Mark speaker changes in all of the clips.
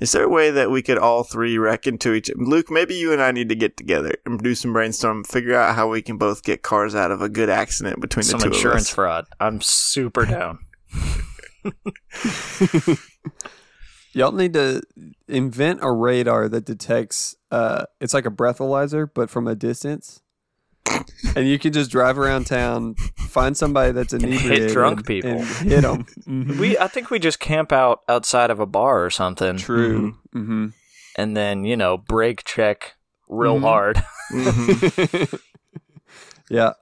Speaker 1: Is there a way that we could all three reckon to each Luke, maybe you and I need to get together and do some brainstorm, figure out how we can both get cars out of a good accident between the
Speaker 2: Some
Speaker 1: two
Speaker 2: insurance
Speaker 1: of us.
Speaker 2: fraud. I'm super down.
Speaker 3: Y'all need to invent a radar that detects. Uh, it's like a breathalyzer, but from a distance. and you can just drive around town, find somebody that's inebriated,
Speaker 2: drunk
Speaker 3: and-
Speaker 2: people. Mm-hmm.
Speaker 3: and hit them.
Speaker 2: we I think we just camp out outside of a bar or something,
Speaker 3: True. Mm-hmm.
Speaker 2: and then you know brake check real
Speaker 3: Mhm.
Speaker 2: hard.
Speaker 1: Mhm.
Speaker 3: Mm-hmm. Yeah.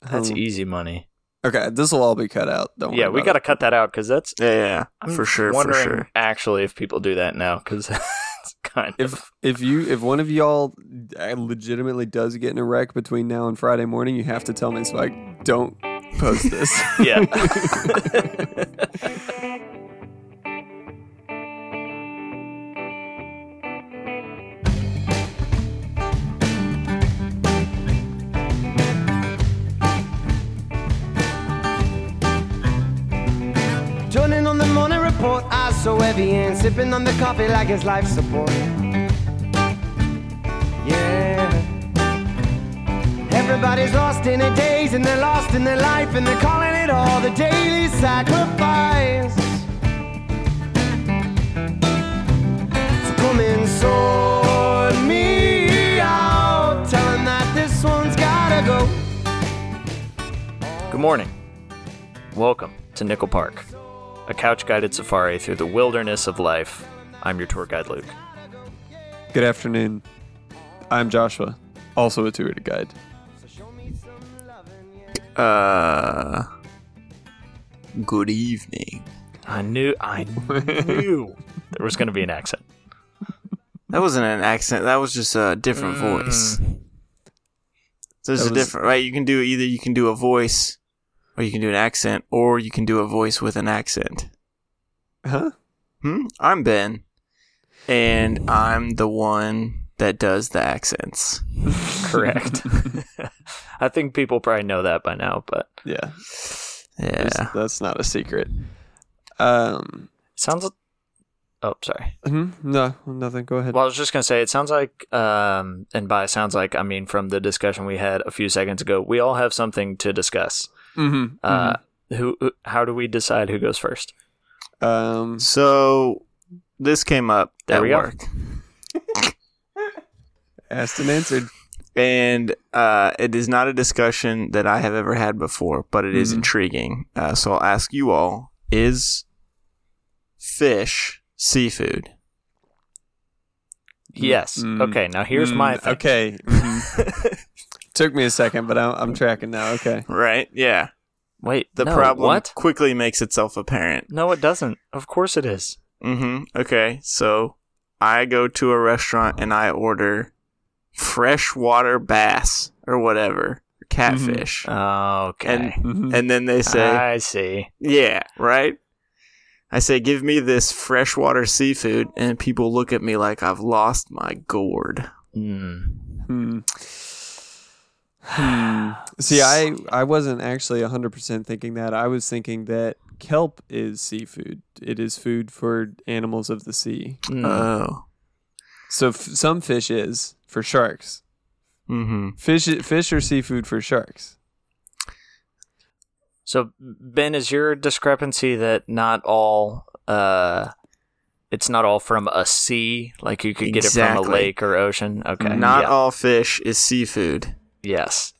Speaker 2: That's
Speaker 3: Um,
Speaker 2: easy money.
Speaker 3: Okay, this will all be cut out. Don't
Speaker 2: yeah,
Speaker 3: worry
Speaker 2: we
Speaker 3: about
Speaker 2: got to cut that out because that's
Speaker 1: yeah, yeah,
Speaker 2: I'm
Speaker 1: for sure, for
Speaker 2: Wondering
Speaker 1: sure.
Speaker 2: actually if people do that now because it's kind
Speaker 3: it.
Speaker 2: of
Speaker 3: If if you if one of y'all uh, legitimately does get in a wreck between now and Friday morning, you have to tell me so I don't post this.
Speaker 2: yeah.
Speaker 4: Turning on the morning report, eyes so heavy and sipping on the coffee like it's life support. Yeah. Everybody's lost in their days and they're lost in their life and they're calling it all the daily sacrifice. So come and sort me out, telling that this one's gotta go.
Speaker 2: Good morning. Welcome to Nickel Park, a couch guided safari through the wilderness of life. I'm your tour guide, Luke.
Speaker 3: Good afternoon. I'm Joshua, also a tour guide.
Speaker 1: Uh, good evening.
Speaker 2: I knew, I knew there was going to be an accent.
Speaker 1: That wasn't an accent. That was just a
Speaker 2: Mm.
Speaker 1: different voice. So there's
Speaker 3: That
Speaker 1: a
Speaker 3: was-
Speaker 1: different right. You can do either. You can do a voice, or you can do an accent, or you can do a voice with an accent.
Speaker 3: Huh?
Speaker 1: Hmm? I'm Ben, and I'm the one that does the accents.
Speaker 2: Correct. I think people probably know that by now, but
Speaker 3: Yeah. It's-
Speaker 1: Yeah.
Speaker 3: That's not a secret. Um.
Speaker 2: it sounds. Oh, sorry.
Speaker 3: hmm, No, nothing. Go ahead.
Speaker 2: Well, I was just going to say, it sounds like, um, and by sounds like, I mean from the discussion we had a few seconds ago, we all have something to discuss.
Speaker 3: Mm-hmm.
Speaker 2: Uh, who, who? How do we decide who goes first? Uh,
Speaker 3: um.
Speaker 1: So this came up
Speaker 2: There
Speaker 1: at
Speaker 2: we go.
Speaker 1: work,
Speaker 3: Asked and answered.
Speaker 1: and uh, it is not a discussion that I have ever had before, but it is
Speaker 2: Mm-hmm.
Speaker 3: Mhm.
Speaker 1: intriguing. Uh, so I'll ask you all: Is fish seafood?
Speaker 2: Yes.
Speaker 3: Mm,
Speaker 2: okay. Now here's
Speaker 3: Mm,
Speaker 2: my thing.
Speaker 3: Okay. mhm. Took me a second, but I'm, I'm tracking now. Okay.
Speaker 1: Right? Yeah.
Speaker 2: Wait.
Speaker 1: The
Speaker 2: no,
Speaker 1: problem
Speaker 2: What?
Speaker 1: quickly makes itself apparent.
Speaker 2: No, it doesn't. Of course it is.
Speaker 1: Mm-hmm. Okay, so I go to a restaurant and I order freshwater bass or whatever
Speaker 2: Mm-hmm.
Speaker 1: catfish,
Speaker 2: Okay.
Speaker 3: Mhm.
Speaker 1: and then they say,
Speaker 2: I see.
Speaker 1: "Yeah, right." I say, "Give me this freshwater seafood," and people look at me like I've lost my gourd.
Speaker 2: Mm.
Speaker 3: Hmm. Hmm. See, I I wasn't actually 100% thinking that. I was thinking that kelp is seafood. It is food for animals of the sea.
Speaker 2: Mm.
Speaker 1: Oh.
Speaker 3: So f- some fish is for sharks.
Speaker 1: Mm-hmm.
Speaker 3: Fish fish are seafood for sharks.
Speaker 2: so Ben, is your discrepancy that not all, uh, it's not all from a sea, like you could get it from
Speaker 1: Exactly.
Speaker 2: a lake or ocean? Okay.
Speaker 1: Not
Speaker 2: Mm-hmm. yeah.
Speaker 1: all fish is seafood,
Speaker 2: Yes.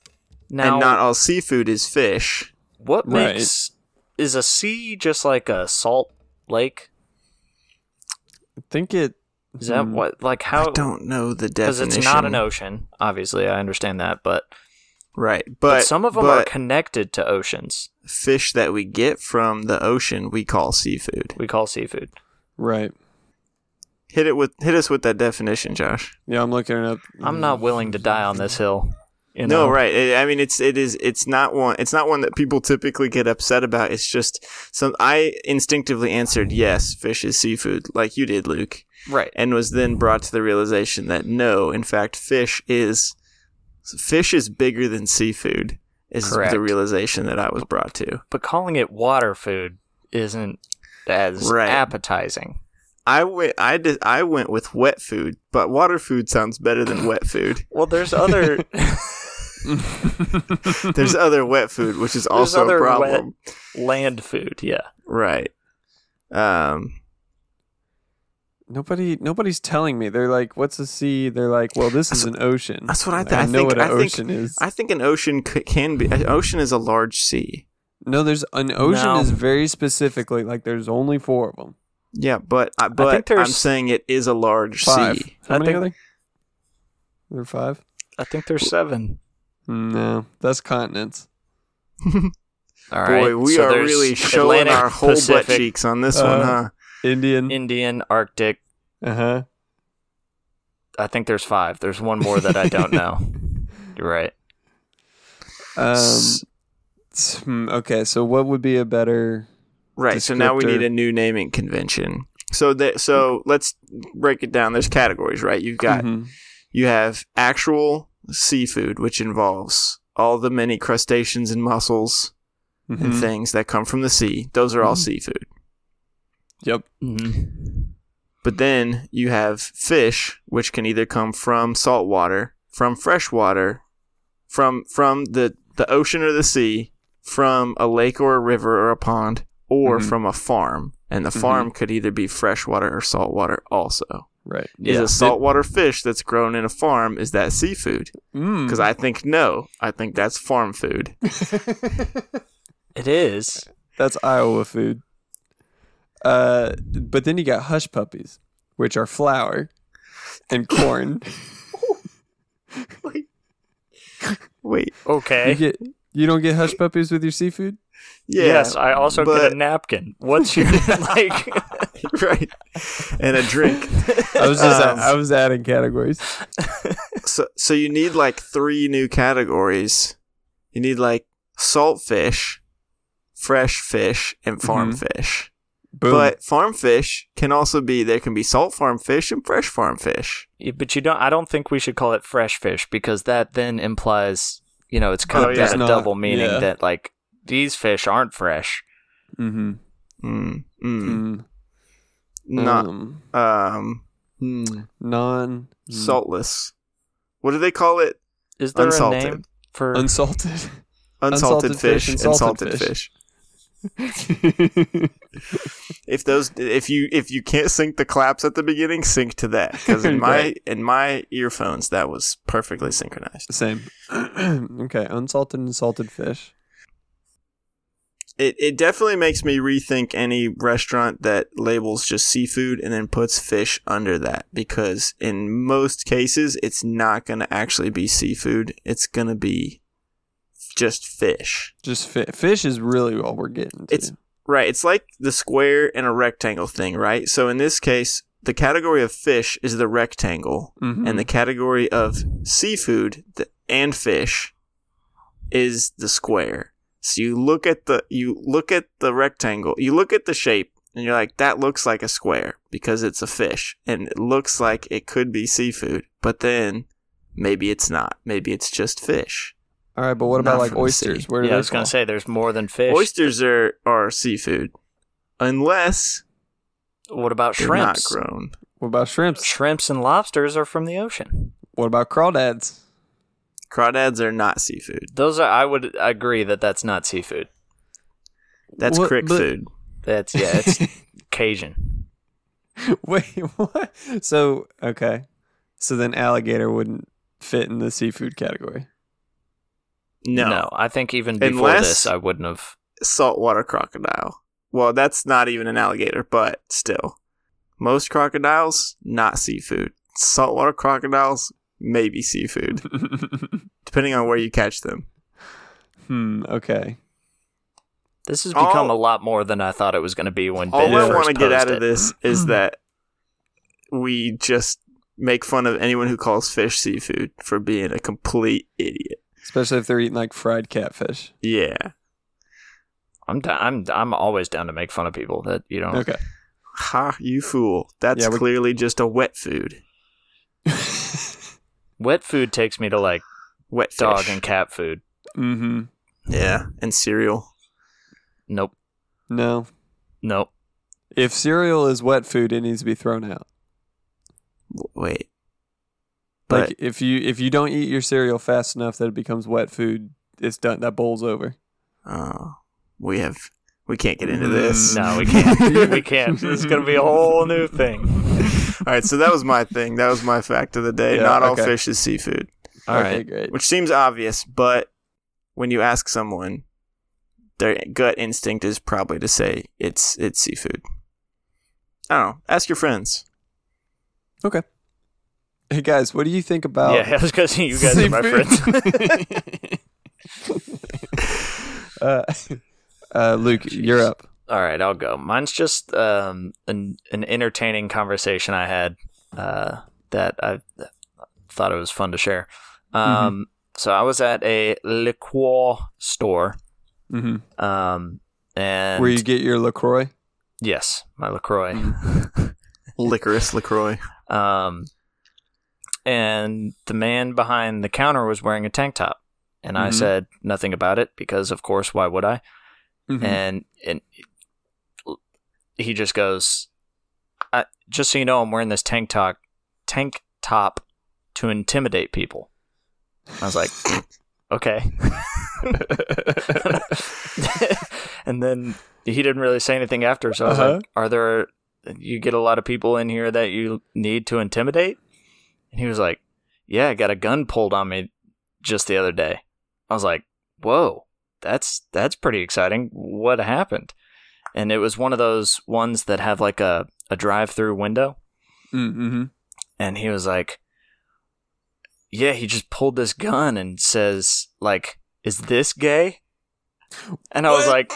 Speaker 2: Now,
Speaker 1: and not all seafood is fish.
Speaker 2: what
Speaker 3: Right.
Speaker 2: makes is a sea just like a salt lake?
Speaker 3: I think it
Speaker 2: Is that
Speaker 3: Hmm.
Speaker 2: what like how?
Speaker 1: I don't know the
Speaker 2: because
Speaker 1: definition.
Speaker 2: it's not an ocean. Obviously, I understand that, but
Speaker 1: right? But,
Speaker 2: but, some of them are
Speaker 1: but-
Speaker 2: connected to oceans.
Speaker 1: fish that we get from the ocean we call seafood.
Speaker 2: We call seafood.
Speaker 3: right.
Speaker 1: Hit it with hit us with that definition, Josh.
Speaker 3: Yeah, I'm looking it up.
Speaker 2: I'm not willing to die on this hill. You know?
Speaker 1: No, right. It, I mean, it's it is it's not one it's not one that people typically get upset about. It's just some I instinctively answered yes, fish is seafood, like you did, Luke,
Speaker 2: right.
Speaker 1: and was then brought to the realization that no, in fact, fish is fish is bigger than seafood. Is
Speaker 2: Correct.
Speaker 1: the realization that I was brought to.
Speaker 2: But calling it water food isn't as
Speaker 1: Right.
Speaker 2: appetizing.
Speaker 1: I went. I did. I went with wet food, but water food sounds better than wet food.
Speaker 2: Well, there's other
Speaker 1: There's other wet food, which is also a
Speaker 2: other wet-
Speaker 1: problem,
Speaker 2: land food. Yeah.
Speaker 1: right? Um,
Speaker 3: Nobody, nobody's telling me. They're like, "What's a sea?" They're like, "Well, this is an ocean."
Speaker 1: that's what I
Speaker 3: And
Speaker 1: thi- I
Speaker 3: know
Speaker 1: think-
Speaker 3: what an
Speaker 1: I think-
Speaker 3: ocean is.
Speaker 1: I think an ocean c- can be. An ocean is a large sea.
Speaker 3: no, there's an ocean
Speaker 2: No.
Speaker 3: is very specifically like there's only four of them.
Speaker 1: Yeah, but I, but
Speaker 2: think
Speaker 1: I'm
Speaker 2: there's-
Speaker 1: saying it is a large
Speaker 3: Five.
Speaker 1: sea.
Speaker 3: How
Speaker 2: I
Speaker 3: many
Speaker 2: think-
Speaker 3: are there? There are five.
Speaker 2: I think there's seven.
Speaker 3: No, that's continents.
Speaker 2: All right.
Speaker 1: Boy, we
Speaker 2: so
Speaker 1: are
Speaker 2: there's
Speaker 1: really showing
Speaker 2: Atlantic,
Speaker 1: our whole
Speaker 2: Pacific,
Speaker 1: butt cheeks on this one,
Speaker 3: Uh,
Speaker 1: huh?
Speaker 3: Indian.
Speaker 2: Indian, Arctic.
Speaker 3: Uh huh.
Speaker 2: I think there's five. There's one more that I don't know. You're right.
Speaker 3: Um,
Speaker 1: S-
Speaker 3: s- hmm, okay, so what would be a better?
Speaker 1: Right. So now we
Speaker 3: descriptor.
Speaker 1: need a new naming convention. So that so let's break it down. There's categories, right? You've
Speaker 2: Mm-hmm.
Speaker 1: got
Speaker 3: Mhm.
Speaker 1: you have actual seafood, which involves all the many crustaceans and mussels and
Speaker 2: Mm-hmm.
Speaker 3: Mhm.
Speaker 1: things that come from the sea. Those are all
Speaker 3: Mhm.
Speaker 1: seafood.
Speaker 3: Yep.
Speaker 1: But then you have fish, which can either come from salt water, from fresh water, from from the, the ocean or the sea, from a lake or a river or a pond, or
Speaker 3: Mhm.
Speaker 1: from a farm. And the
Speaker 3: Mhm.
Speaker 1: farm could either be freshwater or saltwater also.
Speaker 3: Right.
Speaker 1: Is
Speaker 2: Yeah.
Speaker 1: a saltwater fish that's grown in a farm, is that seafood? Because I think no. I think that's farm food.
Speaker 2: It is.
Speaker 3: That's Iowa food. Uh, but then you got hush puppies, which are flour and corn.
Speaker 1: Wait.
Speaker 2: Okay.
Speaker 3: you get you don't get hush puppies with your seafood.
Speaker 1: Yeah.
Speaker 2: yes, I also
Speaker 1: but-
Speaker 2: get a napkin. What's your like?
Speaker 1: right. And a drink.
Speaker 3: I was just
Speaker 1: Um,
Speaker 3: I was adding categories.
Speaker 1: so so you need like three new categories. You need like salt fish, fresh fish, and farm fish.
Speaker 3: Boom.
Speaker 1: But farm fish can also be there can be salt farm fish and fresh farm fish.
Speaker 2: Yeah, but you don't. I don't think we should call it fresh fish because that then implies you know it's kind
Speaker 1: Oh,
Speaker 2: of
Speaker 1: yeah.
Speaker 2: got a
Speaker 3: It's not-
Speaker 2: double meaning
Speaker 3: yeah.
Speaker 2: that like these fish aren't fresh.
Speaker 3: mm-hmm.
Speaker 1: Mm, mm, Not
Speaker 3: um,
Speaker 1: um mm,
Speaker 3: non
Speaker 1: saltless. What do they call it?
Speaker 2: Is there
Speaker 1: Unsalted.
Speaker 2: a name for?
Speaker 3: mm, unsalted.
Speaker 1: Unsalted,
Speaker 3: Unsalted
Speaker 1: fish,
Speaker 3: fish
Speaker 1: and
Speaker 3: and
Speaker 1: salted
Speaker 3: salted
Speaker 1: fish.
Speaker 3: fish.
Speaker 1: If those if you if you can't sync the claps at the beginning, sync to that because in my
Speaker 3: Right.
Speaker 1: in my earphones that was perfectly synchronized.
Speaker 3: Same. okay, unsalted and salted fish.
Speaker 1: it, it definitely makes me rethink any restaurant that labels just seafood and then puts fish under that because in most cases it's not going to actually be seafood it's going to be just fish
Speaker 3: Just fi- fish is really all we're getting. To.
Speaker 1: It's- right it's like the square and a rectangle thing right so in this case the category of fish is the rectangle
Speaker 3: Mhm.
Speaker 1: and the category of seafood th- and fish is the square. So you look at the you look at the rectangle, you look at the shape, and you're like, that looks like a square because it's a fish, and it looks like it could be seafood, but then maybe it's not. Maybe it's just fish.
Speaker 3: all right, but what
Speaker 1: not
Speaker 3: about like
Speaker 1: from the
Speaker 3: oysters?
Speaker 1: sea.
Speaker 3: Where do
Speaker 2: yeah, I
Speaker 3: they
Speaker 2: was gonna
Speaker 3: fall?
Speaker 2: say there's more than fish.
Speaker 1: Oysters are are seafood, unless
Speaker 2: What about
Speaker 1: they're not
Speaker 2: shrimps?
Speaker 1: grown.
Speaker 3: What about shrimps?
Speaker 2: Shrimps and lobsters are from the ocean.
Speaker 3: What about crawdads?
Speaker 1: Crawdads are not seafood.
Speaker 2: Those are. I would agree that that's not seafood.
Speaker 1: That's
Speaker 3: What-
Speaker 1: crick
Speaker 3: but-
Speaker 1: food.
Speaker 2: That's yeah. It's Cajun.
Speaker 3: Wait, what? So okay, so then alligator wouldn't fit in the seafood category.
Speaker 1: No,
Speaker 2: I think even before
Speaker 1: Unless-
Speaker 2: this, I wouldn't have.
Speaker 1: saltwater crocodile. Well, that's not even an alligator, but still. Most crocodiles, not seafood. Saltwater crocodiles, maybe seafood, depending on where you catch them.
Speaker 3: hmm. Okay.
Speaker 2: This has
Speaker 1: All-
Speaker 2: become a lot more than I thought it was going to be when
Speaker 1: All
Speaker 2: Ben
Speaker 1: I
Speaker 2: first
Speaker 1: want to get out
Speaker 2: posed
Speaker 1: of
Speaker 2: it.
Speaker 1: this is that we just make fun of anyone who calls fish seafood for being a complete idiot.
Speaker 3: Especially if they're eating like fried catfish.
Speaker 1: Yeah.
Speaker 2: I'm down, I'm I'm always down to make fun of people that you don't.
Speaker 3: Okay.
Speaker 1: Ha, you fool. That's
Speaker 3: Yeah, we-
Speaker 1: clearly just a wet food.
Speaker 2: Wet food takes me to like
Speaker 1: Wet fish.
Speaker 2: dog and cat food.
Speaker 3: Mm-hmm.
Speaker 1: yeah, and cereal.
Speaker 2: Nope,
Speaker 3: No,
Speaker 2: nope.
Speaker 3: If cereal is wet food, it needs to be thrown out.
Speaker 1: W- Wait. But
Speaker 3: Like if you if you don't eat your cereal fast enough that it becomes wet food, it's done. That bowl's over.
Speaker 1: oh, we have we can't get into this.
Speaker 2: Mm, No, we can't. we can't. It's going to be a whole new thing.
Speaker 1: All right, so that was my thing. That was my fact of the day.
Speaker 3: Yeah,
Speaker 1: Not all
Speaker 3: okay.
Speaker 1: fish is seafood,
Speaker 2: All
Speaker 3: okay,
Speaker 2: right.
Speaker 3: great.
Speaker 1: which seems obvious, but when you ask someone, their gut instinct is probably to say it's it's seafood. I don't know. Ask your friends.
Speaker 3: Okay. Hey guys, what do you think about?
Speaker 2: Yeah, I was going to say you guys are my
Speaker 3: Oh. Seafood.
Speaker 2: friends.
Speaker 3: uh, uh, Luke, you're up.
Speaker 2: All right, I'll go. Mine's just um, an an entertaining conversation I had uh, that I thought it was fun to share.
Speaker 3: Mm-hmm.
Speaker 2: Um, So I was at a liqueur store,
Speaker 3: hmm
Speaker 2: um, and
Speaker 3: Where you get your Lacroix?
Speaker 2: yes, my Lacroix.
Speaker 1: Licorice Lacroix.
Speaker 2: Um, and the man behind the counter was wearing a tank top, and I
Speaker 3: Mhm.
Speaker 2: said nothing about it because, of course, why would I?
Speaker 3: Mhm.
Speaker 2: and and he just goes, I, "Just so you know, I'm wearing this tank top, tank top, to intimidate people." I was like, "Okay." and then he didn't really say anything after, so I was
Speaker 3: Uh-huh.
Speaker 2: like, "Are there? You get a lot of people in here that you need to intimidate?" And he was like, "Yeah, I got a gun pulled on me just the other day." I was like, "Whoa." that's that's pretty exciting. What happened? And it was one of those ones that have like a, a drive through window.
Speaker 3: Mm-hmm.
Speaker 2: And he was like, Yeah, he just pulled this gun and says, like, is this gay? And I was like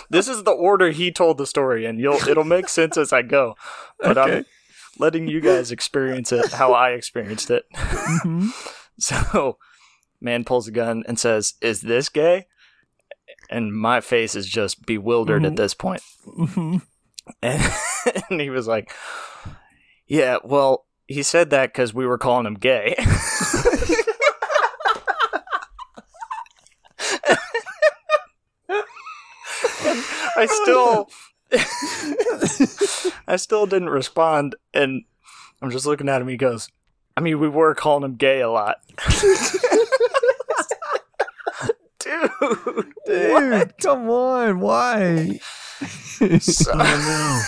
Speaker 2: This is the order he told the story and you'll it'll make sense as I go. But I'm
Speaker 3: Okay.
Speaker 2: letting you guys experience it how I experienced it. So, man pulls a gun and says, "Is this gay?" And my face is just bewildered at this point. And, and he was like, "Yeah, well, he said that because we were calling him gay." And I still, I still didn't respond, and I'm just looking at him. He goes, "I mean, we were calling him gay a lot." dude.
Speaker 3: Dude, come on! Why?
Speaker 1: Oh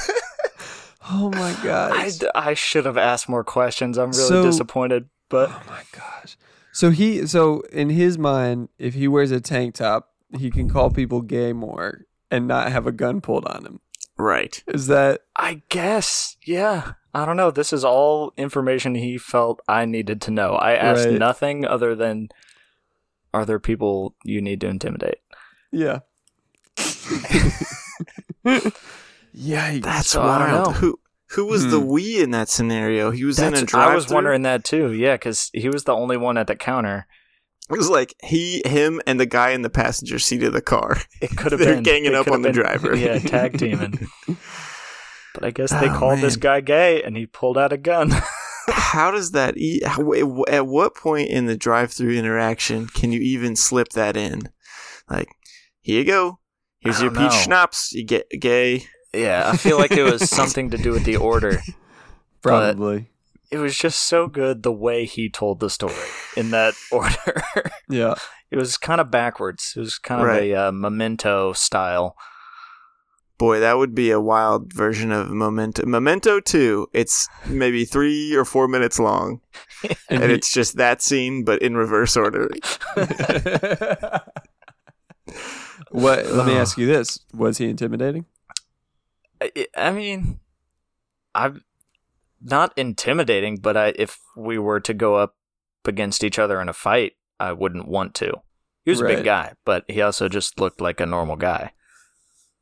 Speaker 3: Oh my god!
Speaker 2: I, I should have asked more questions. I'm really
Speaker 3: So-
Speaker 2: disappointed, but
Speaker 3: Oh my gosh. So he so in his mind, if he wears a tank top, he can call people gay more and not have a gun pulled on him.
Speaker 1: no. Right.
Speaker 3: Is that
Speaker 2: I guess, yeah. I don't know. This is all information he felt I needed to know. I asked
Speaker 3: Right.
Speaker 2: nothing other than are there people you need to intimidate?
Speaker 3: yeah. Yikes.
Speaker 1: That's
Speaker 2: So I don't know. Hmm.
Speaker 1: wild. Who who was the we in that scenario? He was in a
Speaker 2: That's-
Speaker 1: drive.
Speaker 2: I was wondering that too. Yeah, because he was the only one at the counter.
Speaker 1: It was like he, him, and the guy in the passenger seat of the car.
Speaker 2: It could have
Speaker 1: They're
Speaker 2: been
Speaker 1: ganging
Speaker 2: it
Speaker 1: up
Speaker 2: could
Speaker 1: on
Speaker 2: have
Speaker 1: the
Speaker 2: been-
Speaker 1: driver.
Speaker 2: Yeah, tag teaming. But I guess they
Speaker 1: Oh,
Speaker 2: called this
Speaker 1: man.
Speaker 2: guy gay, and he pulled out a gun.
Speaker 1: How does that? E- how- at what point in the drive-through interaction can you even slip that in? Like, here you go. Here's
Speaker 2: I
Speaker 1: your
Speaker 2: don't
Speaker 1: peach
Speaker 2: know.
Speaker 1: schnapps. You get gay.
Speaker 2: yeah, I feel like it was something to do with the order.
Speaker 3: Probably.
Speaker 2: it was just so good the way he told the story in that order.
Speaker 3: yeah.
Speaker 2: it was kind of backwards. It was kind of
Speaker 1: Right.
Speaker 2: a uh, memento style.
Speaker 1: Boy, that would be a wild version of Memento. Memento Two. It's maybe three or four minutes long,
Speaker 3: And
Speaker 1: and
Speaker 3: he-
Speaker 1: it's just that scene, but in reverse order.
Speaker 3: what let me
Speaker 2: Ugh.
Speaker 3: ask you this. Was he intimidating?
Speaker 2: I, I mean, I'm not intimidating, but I, if we were to go up against each other in a fight, I wouldn't want to. He was a
Speaker 3: Right.
Speaker 2: big guy, but he also just looked like a normal guy.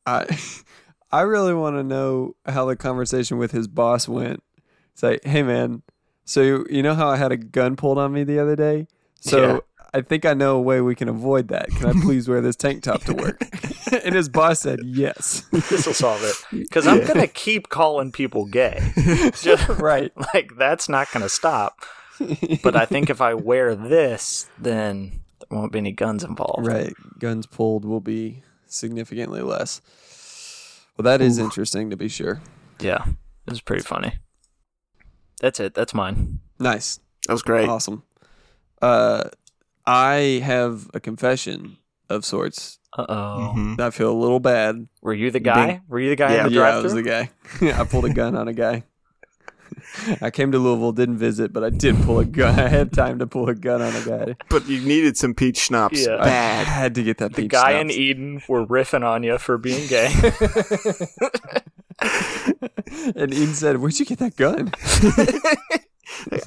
Speaker 3: I I really want to know how the conversation with his boss went. It's like, hey man, so you, you know how I had a gun pulled on me the other day? So
Speaker 2: Yeah.
Speaker 3: I think I know a way we can avoid that. Can I please wear this tank top to work? and his boss said yes.
Speaker 2: This will solve it because I'm gonna keep calling people gay. Just-
Speaker 3: right.
Speaker 2: like that's not going to stop. But I think if I wear this, then there won't be any guns involved.
Speaker 3: Right. Guns pulled will be significantly less. Well, that is interesting to be sure.
Speaker 2: Yeah, it was pretty funny. That's it. That's mine.
Speaker 3: Nice.
Speaker 1: That was great.
Speaker 2: Oh.
Speaker 3: Awesome. Uh, I have a confession of sorts.
Speaker 2: Uh oh.
Speaker 1: Mhm.
Speaker 3: I feel a little bad.
Speaker 2: Were you the guy? Were you the guy
Speaker 1: Yeah.
Speaker 2: in the
Speaker 3: Yeah, I was
Speaker 2: drive-thru?
Speaker 3: the guy. I pulled a gun on a guy. I came to Louisville, didn't visit, but I did pull a gun. I had time to pull a gun on a guy.
Speaker 1: But you needed some peach schnapps.
Speaker 2: Yeah.
Speaker 3: I
Speaker 1: Bad.
Speaker 3: had to get that.
Speaker 2: the guy in Eden were riffing on you for being gay.
Speaker 3: and Ian said, "Where'd you get that gun?"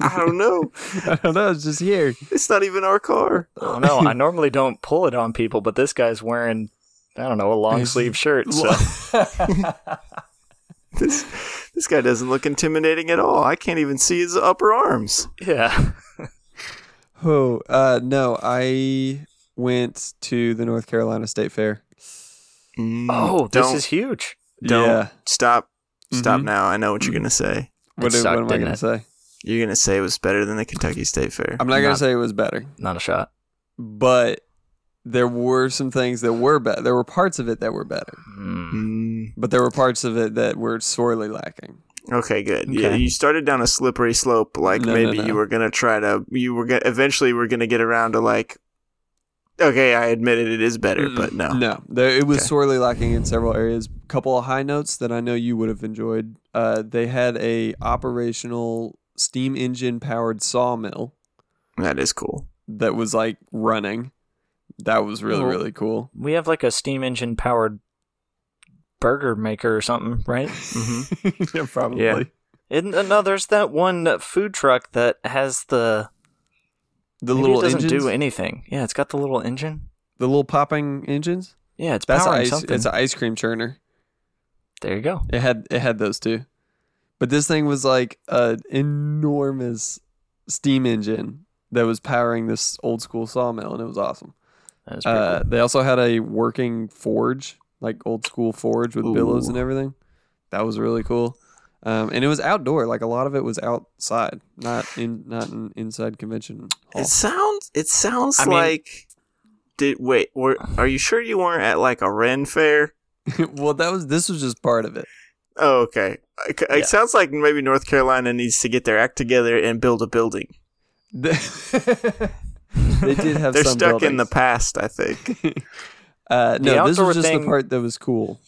Speaker 1: I don't know.
Speaker 3: I don't know. It's just here.
Speaker 1: It's not even our car.
Speaker 2: oh no, I normally don't pull it on people, but this guy's wearing I don't know a long sleeve shirt. So
Speaker 1: This this guy doesn't look intimidating at all. I can't even see his upper arms.
Speaker 2: yeah,
Speaker 3: Oh, uh, no. I went to the North Carolina State Fair.
Speaker 1: Mm,
Speaker 2: Oh, this
Speaker 1: don't-
Speaker 2: is huge.
Speaker 1: Don't
Speaker 3: Yeah.
Speaker 1: stop. Stop
Speaker 3: Mhm.
Speaker 1: now. I know what you're gonna say.
Speaker 2: It
Speaker 3: What, am- what
Speaker 2: sucked,
Speaker 3: am I
Speaker 2: didn't
Speaker 3: going to
Speaker 2: it?
Speaker 3: say?
Speaker 1: You're gonna say it was better than the Kentucky State Fair.
Speaker 3: I'm not going
Speaker 2: Not-
Speaker 3: to say it was better,
Speaker 2: Not a shot.
Speaker 3: but there were some things that were better. There were parts of it that were better,
Speaker 2: Mm.
Speaker 1: Mm,
Speaker 3: but there were parts of it that were sorely lacking.
Speaker 1: okay, good. Yeah,
Speaker 2: Okay.
Speaker 1: you started down a slippery slope. Like
Speaker 3: No, no,
Speaker 1: maybe
Speaker 3: no.
Speaker 1: you were gonna try to. You were gonna eventually. We're gonna get around to like. Okay, I admit it. It is better, but no.
Speaker 3: Mm, No, there, it was
Speaker 1: Okay.
Speaker 3: sorely lacking in several areas. Couple of high notes that I know you would have enjoyed. Uh, they had a operational steam engine powered sawmill
Speaker 1: that is cool.
Speaker 3: that was like running. That was really
Speaker 2: Well-
Speaker 3: really cool.
Speaker 2: We have like a steam engine powered burger maker or something, right?
Speaker 1: hmm
Speaker 3: yeah, probably.
Speaker 1: Yeah.
Speaker 2: And uh, no, there's that one uh, food truck that has the
Speaker 3: The
Speaker 2: maybe
Speaker 3: little
Speaker 2: it doesn't
Speaker 3: engines,
Speaker 2: do anything. Yeah, it's got the little engine.
Speaker 3: the little popping engines.
Speaker 2: Yeah, it's
Speaker 3: That's
Speaker 2: powering
Speaker 3: ice.
Speaker 2: something.
Speaker 3: It's an ice cream churner.
Speaker 2: there you go.
Speaker 3: It had it had those two, but this thing was like an enormous steam engine that was powering this old school sawmill, and it was awesome.
Speaker 2: That is pretty
Speaker 3: Uh, they also had a working forge, like old school forge with billows
Speaker 1: Ooh.
Speaker 3: and everything. That was really cool. Um, and it was outdoor, like a lot of it was outside, not in not an inside convention hall.
Speaker 1: It sounds. It sounds
Speaker 2: I mean-
Speaker 1: like. Did wait? Were, are you sure you weren't at like a Ren fair?
Speaker 3: well, that was this was just part of it.
Speaker 1: Oh, okay. It, it
Speaker 2: Yeah.
Speaker 1: sounds like maybe North Carolina needs to get their act together and build a building.
Speaker 3: they did have.
Speaker 1: They're
Speaker 3: some
Speaker 1: stuck in the
Speaker 3: buildings.
Speaker 1: past, I think.
Speaker 3: Uh,
Speaker 2: The
Speaker 3: no, this
Speaker 2: outdoor
Speaker 3: was just
Speaker 2: thing-
Speaker 3: the part that was cool.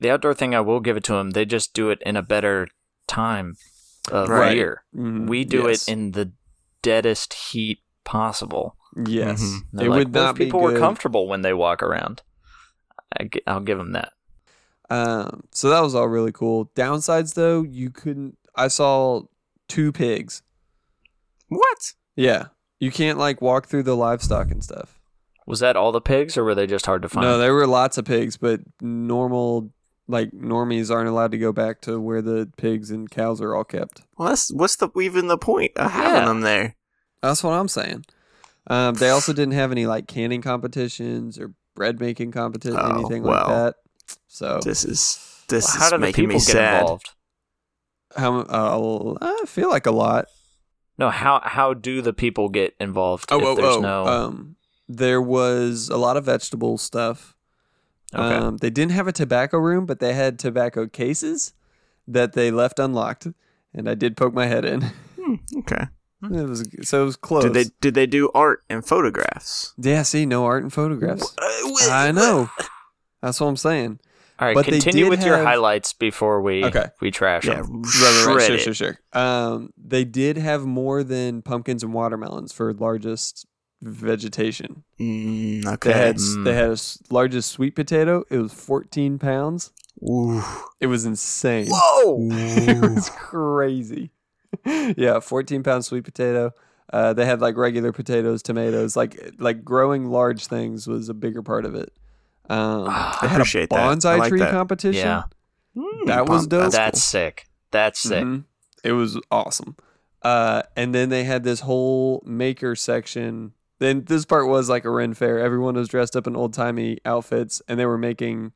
Speaker 2: The outdoor thing, I will give it to them. They just do it in a better time of
Speaker 1: Right.
Speaker 2: year.
Speaker 3: Mhm,
Speaker 2: We do
Speaker 3: yes.
Speaker 2: it in the deadest heat possible.
Speaker 3: Yes,
Speaker 1: Mhm.
Speaker 2: They're like,
Speaker 3: Mm-hmm. it would
Speaker 2: "Well,
Speaker 3: not
Speaker 2: if people
Speaker 3: be good.
Speaker 2: were comfortable when they walk around. I, gi- I'll give them that.
Speaker 3: Um, so that was all really cool. Downsides though, you couldn't. I saw two pigs.
Speaker 1: What?
Speaker 3: Yeah, you can't like walk through the livestock and stuff.
Speaker 2: Was that all the pigs, or were they just hard to find?
Speaker 3: No, there were lots of pigs, but normal like normies aren't allowed to go back to where the pigs and cows are all kept.
Speaker 1: Well, that's, what's the even the point of having
Speaker 2: Yeah.
Speaker 1: them there?
Speaker 3: That's what I'm saying. Um, they also didn't have any like canning competitions or bread making competition,
Speaker 1: Oh,
Speaker 3: anything
Speaker 1: well.
Speaker 3: like that. So
Speaker 1: This is this
Speaker 2: Well, how
Speaker 1: is
Speaker 2: do the
Speaker 1: making
Speaker 2: people
Speaker 1: me
Speaker 2: get
Speaker 1: sad.
Speaker 2: involved?
Speaker 3: how uh, I feel like a lot.
Speaker 2: No, how how do the people get involved if there's no?
Speaker 3: Oh, Um, there was a lot of vegetable stuff.
Speaker 2: Okay.
Speaker 3: Um, they didn't have a tobacco room, but they had tobacco cases that they left unlocked, and I did poke my head in.
Speaker 1: Okay.
Speaker 3: it was so it was close.
Speaker 1: Hmm. Did they did they do art and photographs? Uh,
Speaker 3: Yeah, see, no art and photographs.
Speaker 1: I
Speaker 3: I know. That's what I'm saying.
Speaker 2: all right,
Speaker 3: but they
Speaker 2: continue
Speaker 3: did
Speaker 2: with your
Speaker 3: have-
Speaker 2: highlights before we
Speaker 3: Okay.
Speaker 2: we trash
Speaker 1: Yeah,
Speaker 2: 'em.
Speaker 3: Right, right, right.
Speaker 1: shred
Speaker 3: Sure,
Speaker 1: it.
Speaker 3: sure, sure. Um, they did have more than pumpkins and watermelons for largest vegetation.
Speaker 1: Mm,
Speaker 3: They
Speaker 1: okay.
Speaker 3: had they had a s- largest sweet potato. It was 14 pounds.
Speaker 1: Ooh.
Speaker 3: It was insane.
Speaker 2: Whoa!
Speaker 3: It was crazy. yeah, 14 pound sweet potato. Uh, they had like regular potatoes, tomatoes, like like growing large things was a bigger part of it. Um, they had a
Speaker 1: appreciate that. I
Speaker 3: bonsai
Speaker 1: like
Speaker 3: tree
Speaker 1: that.
Speaker 3: competition.
Speaker 2: Yeah,
Speaker 1: Mm,
Speaker 3: That was
Speaker 1: pom-
Speaker 3: dope.
Speaker 2: that's sick. That's sick.
Speaker 3: Mhm. It was awesome. Uh, and then they had this whole maker section. Then this part was like a Ren fair. Everyone was dressed up in old timey outfits, and they were making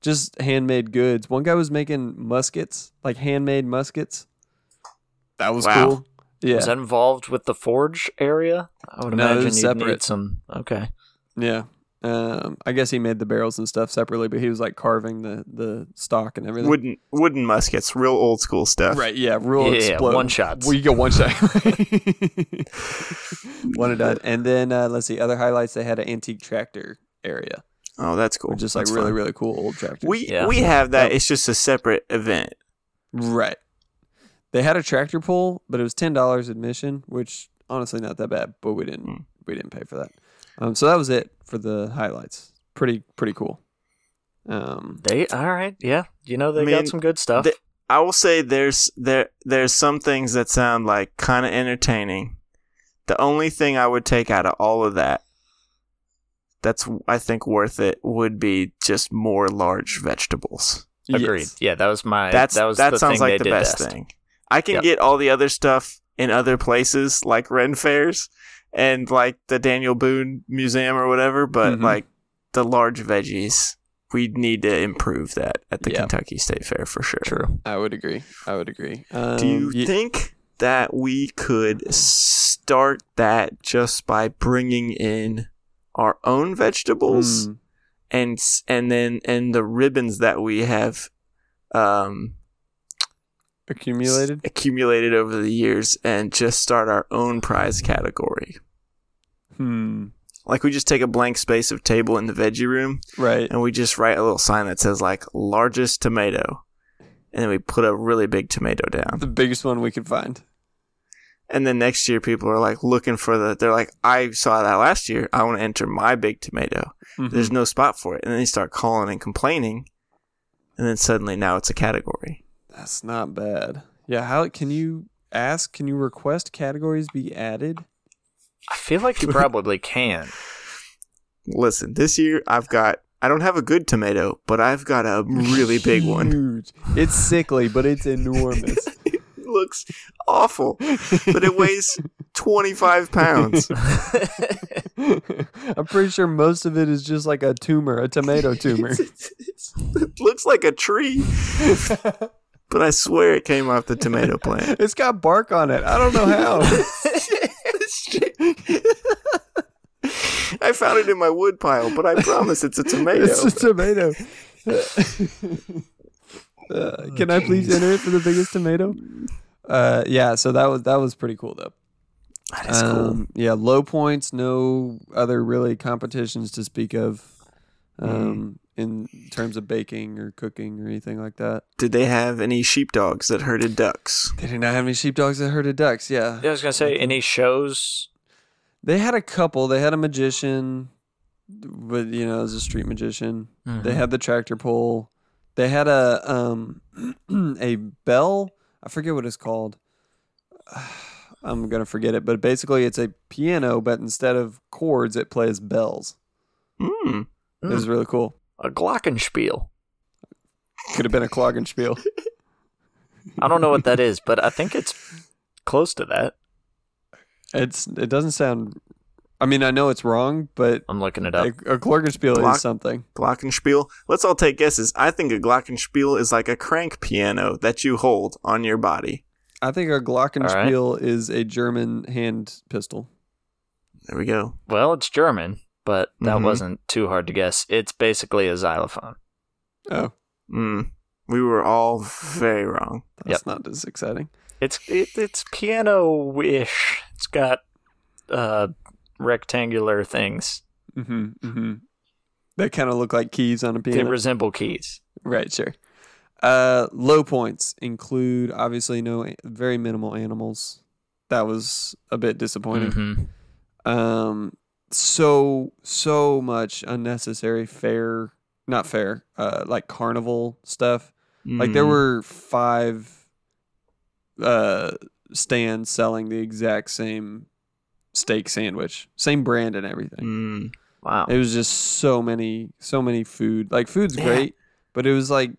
Speaker 3: just handmade goods. One guy was making muskets, like handmade muskets. That was
Speaker 1: Wow.
Speaker 3: cool. Yeah,
Speaker 2: Was that involved with the forge area? I would
Speaker 3: No, it
Speaker 2: imagine
Speaker 3: was
Speaker 2: you'd need
Speaker 3: separate.
Speaker 2: some. Okay.
Speaker 3: yeah. Um, I guess he made the barrels and stuff separately, but he was like carving the the stock and everything.
Speaker 1: Wooden wooden muskets, real old school stuff.
Speaker 3: Right, yeah, rule
Speaker 2: Yeah,
Speaker 3: explode.
Speaker 2: one shots.
Speaker 3: Well, you get one shot. one and done. And then uh, let's see, other highlights. They had an antique tractor area,
Speaker 1: Oh, that's cool.
Speaker 3: just like
Speaker 1: That's
Speaker 3: really
Speaker 1: fun.
Speaker 3: really cool old tractors.
Speaker 1: We
Speaker 2: Yeah.
Speaker 1: we have that.
Speaker 3: Yep.
Speaker 1: It's just a separate event.
Speaker 3: right. They had a tractor pull, but it was ten dollars admission, which honestly not that bad. But we didn't
Speaker 1: Mm.
Speaker 3: we didn't pay for that. Um, so that was it for the highlights. Pretty pretty cool. Um,
Speaker 2: They all right, yeah. You know they
Speaker 1: I mean,
Speaker 2: got some good stuff.
Speaker 1: they- I will say there's there there's some things that sound like kind of entertaining. The only thing I would take out of all of that that's I think worth it would be just more large vegetables.
Speaker 2: Agreed.
Speaker 3: yes.
Speaker 2: Yeah, that was my.
Speaker 1: That's
Speaker 2: that was
Speaker 1: that
Speaker 2: the
Speaker 1: sounds
Speaker 2: thing they
Speaker 1: like the
Speaker 2: did
Speaker 1: best, thing. I can
Speaker 2: Yep.
Speaker 1: get all the other stuff in other places like Ren fairs and like the Daniel Boone Museum or whatever, but
Speaker 2: Mm-hmm.
Speaker 3: Mhm.
Speaker 1: like the large veggies, we need to improve that at the
Speaker 3: Yeah.
Speaker 1: Kentucky State Fair for sure.
Speaker 2: True.
Speaker 3: I would agree. I would agree. Um,
Speaker 1: Do you
Speaker 3: ye-
Speaker 1: think that we could start that just by bringing in our own vegetables
Speaker 3: Mm.
Speaker 1: and s- and then and the ribbons that we have um, s-
Speaker 3: accumulated?
Speaker 1: accumulated over the years and just start our own prize category?
Speaker 3: Hmm.
Speaker 1: Like we just take a blank space of table in the veggie room
Speaker 3: Right.
Speaker 1: and we just write a little sign that says like largest tomato. And then we put a really big tomato down.
Speaker 3: The biggest one we could find.
Speaker 1: And then next year, people are like looking for the. They're like, I saw that last year. I want to enter my big tomato. There's no spot for it. And then they start calling and complaining. And then suddenly now it's a category.
Speaker 3: That's not bad. Yeah. How can you ask? Can you request categories be added?
Speaker 2: I feel like you probably can.
Speaker 1: Listen, this year I've got. I don't have a good tomato, but I've got a really big one.
Speaker 3: Huge. It's sickly, but it's enormous.
Speaker 1: It looks awful, but it weighs 25 pounds.
Speaker 3: I'm pretty sure most of it is just like a tumor, a tomato tumor.
Speaker 1: It looks like a tree, but I swear it came off the tomato plant.
Speaker 3: it's got bark on it. I don't know how.
Speaker 1: I found it in my wood pile, but I promise it's a tomato.
Speaker 3: it's a tomato. Uh, can I please enter it for the biggest tomato? Uh, yeah. So that was that was pretty cool though.
Speaker 1: that is cool.
Speaker 3: Um, Yeah, low points, no other really competitions to speak of um, in terms of baking or cooking or anything like that.
Speaker 1: Did they have any sheepdogs that herded ducks?
Speaker 3: They did not have any sheepdogs that herded ducks. Yeah.
Speaker 2: I was gonna say any shows.
Speaker 3: They had a couple. They had a magician, but, you know, as a street magician.
Speaker 2: mm-hmm.
Speaker 3: They had the tractor pull. They had a um, a bell. I forget what it's called. I'm gonna forget it, but basically it's a piano, but instead of chords, it plays bells.
Speaker 1: Hmm.
Speaker 3: It was really cool.
Speaker 2: Mm, a glockenspiel.
Speaker 3: Could have been a Glockenspiel.
Speaker 2: I don't know what that is, but I think it's close to that.
Speaker 3: It's it doesn't sound. I mean, I know it's wrong, but
Speaker 2: I'm looking it
Speaker 3: a,
Speaker 2: up.
Speaker 3: a Glockenspiel
Speaker 1: Glock-
Speaker 3: is something.
Speaker 1: Glockenspiel? Let's all take guesses. I think a Glockenspiel is like a crank piano that you hold on your body.
Speaker 3: I think a Glockenspiel is a German hand pistol.
Speaker 1: There we go.
Speaker 2: Well, it's German, but that
Speaker 1: Mhm.
Speaker 2: wasn't too hard to guess. It's basically a xylophone.
Speaker 3: Oh,
Speaker 1: Mm. We were all very wrong.
Speaker 3: that's not as exciting.
Speaker 2: It's it, it's piano-ish. It's got uh, rectangular things.
Speaker 3: Mm-hmm, mm-hmm. They kind of look like keys on a
Speaker 2: They
Speaker 3: piano.
Speaker 2: resemble keys.
Speaker 3: right, sure. Uh, low points include obviously no a- very minimal animals. That was a bit disappointing.
Speaker 2: Mhm.
Speaker 3: um so so much unnecessary fair not fair uh like carnival stuff like there
Speaker 1: Mm.
Speaker 3: were five uh stands selling the exact same steak sandwich same brand and everything
Speaker 1: Mm.
Speaker 2: Wow.
Speaker 3: it was just so many so many food like food's
Speaker 1: Yeah.
Speaker 3: great but it was like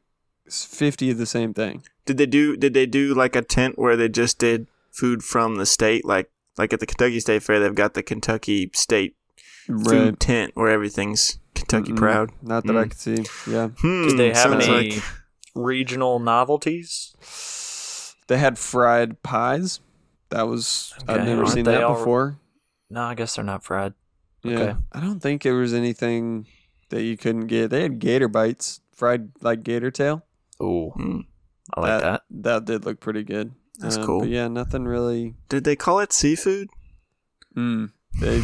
Speaker 3: 50 of the same thing
Speaker 1: Did they do? Did they do like a tent where they just did food from the state? Like like at the Kentucky State Fair, they've got the Kentucky State food tent where everything's Kentucky
Speaker 3: Mm-mm.
Speaker 1: proud.
Speaker 3: Mm-hmm. not that i
Speaker 2: Mm.
Speaker 3: could see yeah
Speaker 1: Hmm,
Speaker 2: Did they have
Speaker 1: sounds
Speaker 2: any
Speaker 1: like-
Speaker 2: regional novelties?
Speaker 3: they had fried pies that was i've
Speaker 2: Okay,
Speaker 3: never
Speaker 2: aren't
Speaker 3: seen
Speaker 2: they
Speaker 3: that
Speaker 2: all-
Speaker 3: before
Speaker 2: No, I guess they're not fried.
Speaker 3: Yeah.
Speaker 2: Okay.
Speaker 3: I don't think there was anything that you couldn't get. They had gator bites, fried like gator tail.
Speaker 2: Ooh,
Speaker 1: Mm.
Speaker 2: I like that.
Speaker 3: That did look pretty good.
Speaker 1: That's
Speaker 3: Uh,
Speaker 1: cool.
Speaker 3: But yeah, nothing really.
Speaker 1: Did they call it seafood?
Speaker 3: Mm, they,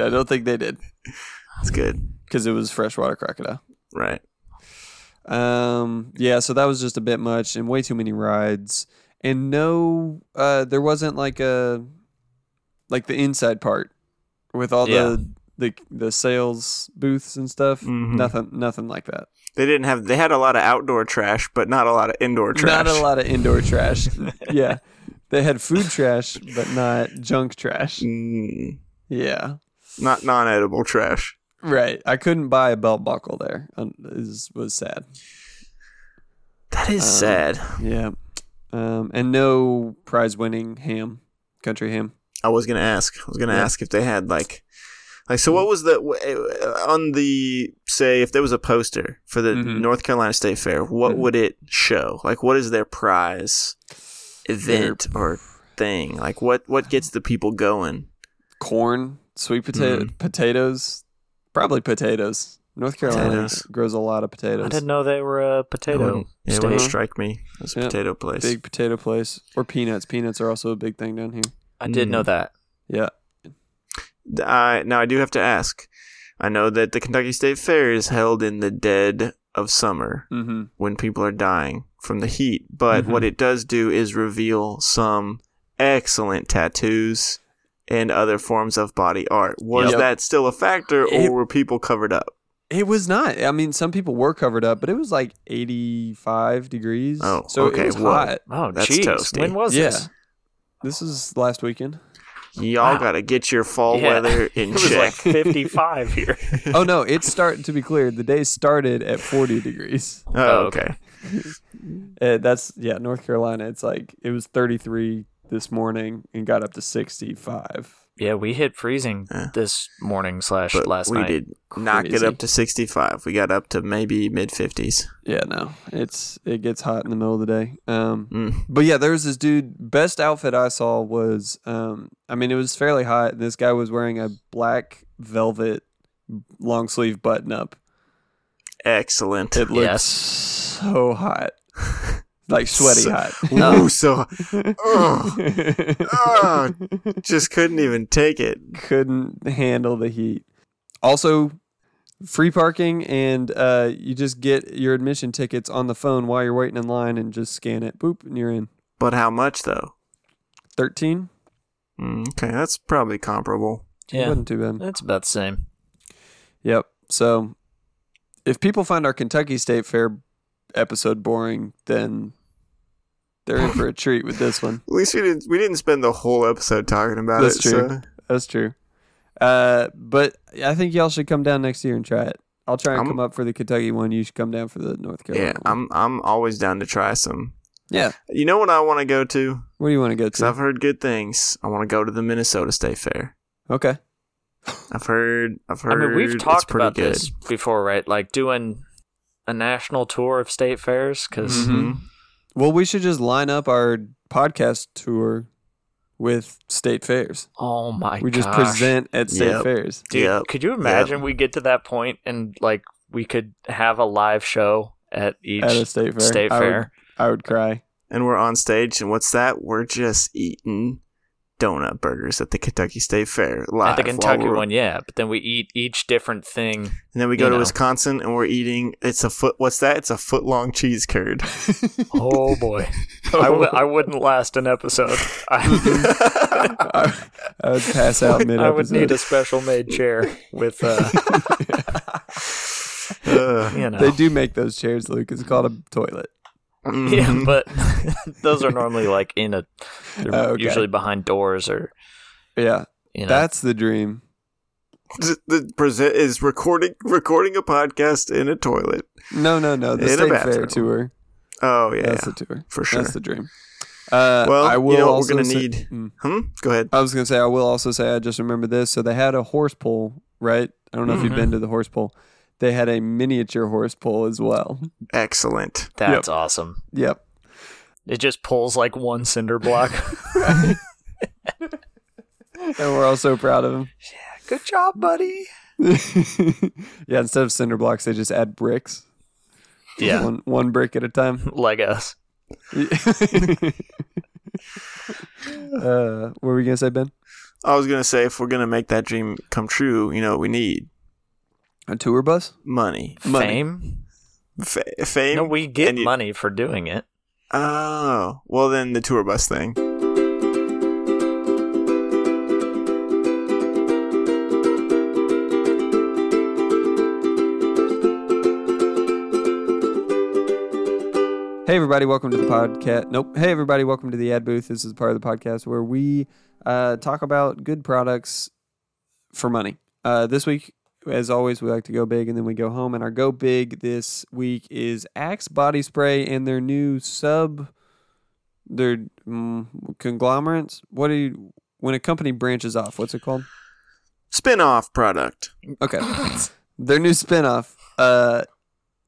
Speaker 3: I don't think they did
Speaker 1: That's good.
Speaker 3: because it was freshwater crocodile.
Speaker 1: Right.
Speaker 3: Um, yeah, so that was just a bit much and way too many rides and no, uh, there wasn't like a like the inside part with all
Speaker 2: Yeah.
Speaker 3: the the the sales booths and stuff.
Speaker 1: Mhm.
Speaker 3: Nothing, nothing like that.
Speaker 1: They didn't have. They had a lot of outdoor trash, but not a lot of indoor trash.
Speaker 3: Not a lot of indoor trash. yeah. They had food trash, but not junk trash.
Speaker 1: Mm,
Speaker 3: Yeah.
Speaker 1: not non-edible trash.
Speaker 3: Right. I couldn't buy a belt buckle there. Um, is was sad.
Speaker 1: That is
Speaker 3: Um,
Speaker 1: sad.
Speaker 3: Yeah. Um, and no prize winning ham, country ham.
Speaker 1: I was gonna ask. I was gonna
Speaker 3: Yeah.
Speaker 1: ask if they had like, like. So what was the eh, uh, on the say if there was a poster for the
Speaker 3: Mhm.
Speaker 1: North Carolina State Fair? What
Speaker 3: Mhm.
Speaker 1: would it show? Like, what is their prize event or thing? Like, what what gets the people going?
Speaker 3: Corn, sweet potato, potatoes, probably potatoes. North Carolina
Speaker 1: Potatoes.
Speaker 3: grows a lot of
Speaker 2: I
Speaker 3: potatoes.
Speaker 2: didn't know they were a potato.
Speaker 1: It wouldn't, it wouldn't
Speaker 2: state.
Speaker 1: strike me as a
Speaker 3: Yeah.
Speaker 1: potato place.
Speaker 3: Big potato place or peanuts. Peanuts are also a big thing down here.
Speaker 2: I did
Speaker 1: Mm.
Speaker 2: know that.
Speaker 3: Yeah.
Speaker 1: I, now I do have to ask. I know that the Kentucky State Fair is held in the dead of summer
Speaker 3: Mm-hmm.
Speaker 1: when people are dying from the heat, but
Speaker 3: Mhm.
Speaker 2: Mm-hmm.
Speaker 1: what it does do is reveal some excellent tattoos and other forms of body art. Was
Speaker 3: Yep.
Speaker 1: that still a factor, or
Speaker 3: It-
Speaker 1: were people covered up?
Speaker 3: It was not. I mean, some people were covered up, but it was like 85 degrees.
Speaker 1: Oh,
Speaker 3: so
Speaker 1: okay,
Speaker 3: It was
Speaker 1: whoa.
Speaker 3: hot.
Speaker 2: Oh,
Speaker 1: That's
Speaker 2: jeez.
Speaker 1: toasty.
Speaker 2: When was
Speaker 3: yeah.
Speaker 2: this?
Speaker 3: This was last weekend.
Speaker 1: Y'all
Speaker 2: Wow.
Speaker 1: got to get your fall
Speaker 2: Yeah.
Speaker 1: weather in
Speaker 2: It was like
Speaker 1: check.
Speaker 2: 55 here.
Speaker 3: oh no, it start to be clear. The day started at 40 degrees.
Speaker 1: oh,
Speaker 2: Oh,
Speaker 1: okay.
Speaker 3: Uh, that's yeah, North Carolina. It's like it was 33 this morning and got up to 65.
Speaker 2: Yeah, we hit freezing
Speaker 1: Yeah.
Speaker 2: this morning slash
Speaker 1: But
Speaker 2: last
Speaker 1: we
Speaker 2: night.
Speaker 1: did not get
Speaker 3: Crazy.
Speaker 1: up to 65. We got up to maybe mid 50s.
Speaker 3: Yeah, no, it's it gets hot in the middle of the day. Um,
Speaker 1: Mm.
Speaker 3: But yeah, there was this dude. Best outfit I saw was, um, I mean, it was fairly hot. This guy was wearing a black velvet long sleeve button up.
Speaker 1: Excellent.
Speaker 3: It looked
Speaker 2: Yes.
Speaker 3: so hot, like sweaty
Speaker 1: So-
Speaker 3: hot.
Speaker 1: Ooh, so Ugh. Ugh. just couldn't even take it.
Speaker 3: Couldn't handle the heat. Also, free parking, and uh, you just get your admission tickets on the phone while you're waiting in line, and just scan it. Boop, and you're in.
Speaker 1: But how much though?
Speaker 3: Thirteen.
Speaker 1: Mm, okay, that's probably comparable.
Speaker 2: yeah,
Speaker 3: wasn't too bad.
Speaker 2: it's about the same.
Speaker 3: Yep. So if people find our Kentucky State Fair episode boring, then they're in for a treat with this one.
Speaker 1: At least we didn't we didn't spend the whole episode talking about
Speaker 3: That's
Speaker 1: it.
Speaker 3: true.
Speaker 1: So
Speaker 3: That's true. Uh, but I think y'all should come down next year and try it. I'll try and
Speaker 1: I'm-
Speaker 3: come up for the Kentucky one. You should come down for the North Carolina.
Speaker 1: yeah, I'm I'm always down to try some.
Speaker 3: Yeah.
Speaker 1: You know what I want to go to?
Speaker 3: Where do you want to go
Speaker 1: Because
Speaker 3: to?
Speaker 1: I've heard good things. I want to go to the Minnesota State Fair.
Speaker 3: Okay.
Speaker 1: I've heard. I've
Speaker 2: I
Speaker 1: heard.
Speaker 2: mean, we've
Speaker 1: it's
Speaker 2: talked
Speaker 1: pretty
Speaker 2: about
Speaker 1: good.
Speaker 2: this before, right? Like doing a national tour of state fairs because
Speaker 1: Mhm.
Speaker 3: Mm-hmm. Well, we should just line up our podcast tour with state fairs.
Speaker 2: oh my
Speaker 3: we just
Speaker 2: gosh.
Speaker 3: present at state
Speaker 1: Yep.
Speaker 3: fairs.
Speaker 2: Dude,
Speaker 1: Yep.
Speaker 2: could you imagine we get to that point and like we could have a live show at each
Speaker 3: At a state fair.
Speaker 2: state
Speaker 3: I would-
Speaker 2: fair?
Speaker 3: I would cry.
Speaker 1: And we're on stage, and what's that? We're just eating donut burgers at the Kentucky State Fair live.
Speaker 2: At the
Speaker 1: while
Speaker 2: Kentucky
Speaker 1: we're-
Speaker 2: one, yeah. But then we eat each different thing.
Speaker 1: And then we go
Speaker 2: You
Speaker 1: to
Speaker 2: know.
Speaker 1: Wisconsin, and we're eating. It's a foot. What's that? It's a foot long cheese curd.
Speaker 2: Oh boy, I w- I wouldn't last an episode. I,
Speaker 3: I, I would pass out mid
Speaker 2: I would need a
Speaker 3: episode.
Speaker 2: special made chair with, uh,
Speaker 1: Ugh.
Speaker 2: you know,
Speaker 3: They do make those chairs, Luke. It's called a toilet.
Speaker 2: yeah,
Speaker 1: Mhm.
Speaker 2: but those are normally like in a, they're
Speaker 3: Oh, okay.
Speaker 2: usually behind doors or
Speaker 3: Yeah,
Speaker 2: you know.
Speaker 3: that's the dream.
Speaker 1: the, the present is recording recording a podcast in a toilet.
Speaker 3: No, no, no. The
Speaker 1: In a
Speaker 3: state fair
Speaker 1: bathroom.
Speaker 3: tour.
Speaker 1: Oh yeah,
Speaker 3: That's the tour.
Speaker 1: for sure.
Speaker 3: That's the dream. Uh,
Speaker 1: well,
Speaker 3: I will
Speaker 1: you know what
Speaker 3: also
Speaker 1: we're gonna
Speaker 3: say-
Speaker 1: need.
Speaker 3: Mm.
Speaker 1: Hmm. Go ahead.
Speaker 3: I was gonna say I will also say I just remember this. So they had a horse pull, right? I don't know if you've
Speaker 2: Mhm.
Speaker 3: been to the horse pull. They had a miniature horse pull as well.
Speaker 1: Excellent.
Speaker 2: That's awesome.
Speaker 3: Yep.
Speaker 2: It just pulls like one cinder block.
Speaker 3: And we're all so proud of them.
Speaker 2: Good job, buddy.
Speaker 3: yeah, instead of cinder blocks, they just add bricks. Just
Speaker 2: Yeah.
Speaker 3: One, one brick at a time.
Speaker 2: Legos.
Speaker 3: uh, what were you going to say, Ben?
Speaker 1: I was gonna say if we're gonna make that dream come true, you know, we need
Speaker 3: A tour bus?
Speaker 1: money,
Speaker 3: Money.
Speaker 2: Fame?
Speaker 1: Fa fame.
Speaker 2: No, we get
Speaker 1: And you-
Speaker 2: money for doing it.
Speaker 1: oh, well then the tour bus thing.
Speaker 3: Hey, everybody, welcome to the podcast. Nope. Hey, everybody, welcome to the ad booth. This is part of the podcast where we uh, talk about good products for money. Uh, this week, as always, we like to go big and then we go home. And our go big this week is Axe Body Spray and their new sub, their mm, conglomerates. What do you, when a company branches off, what's it called?
Speaker 1: Spin-off product.
Speaker 3: Okay. Their new spinoff. Uh,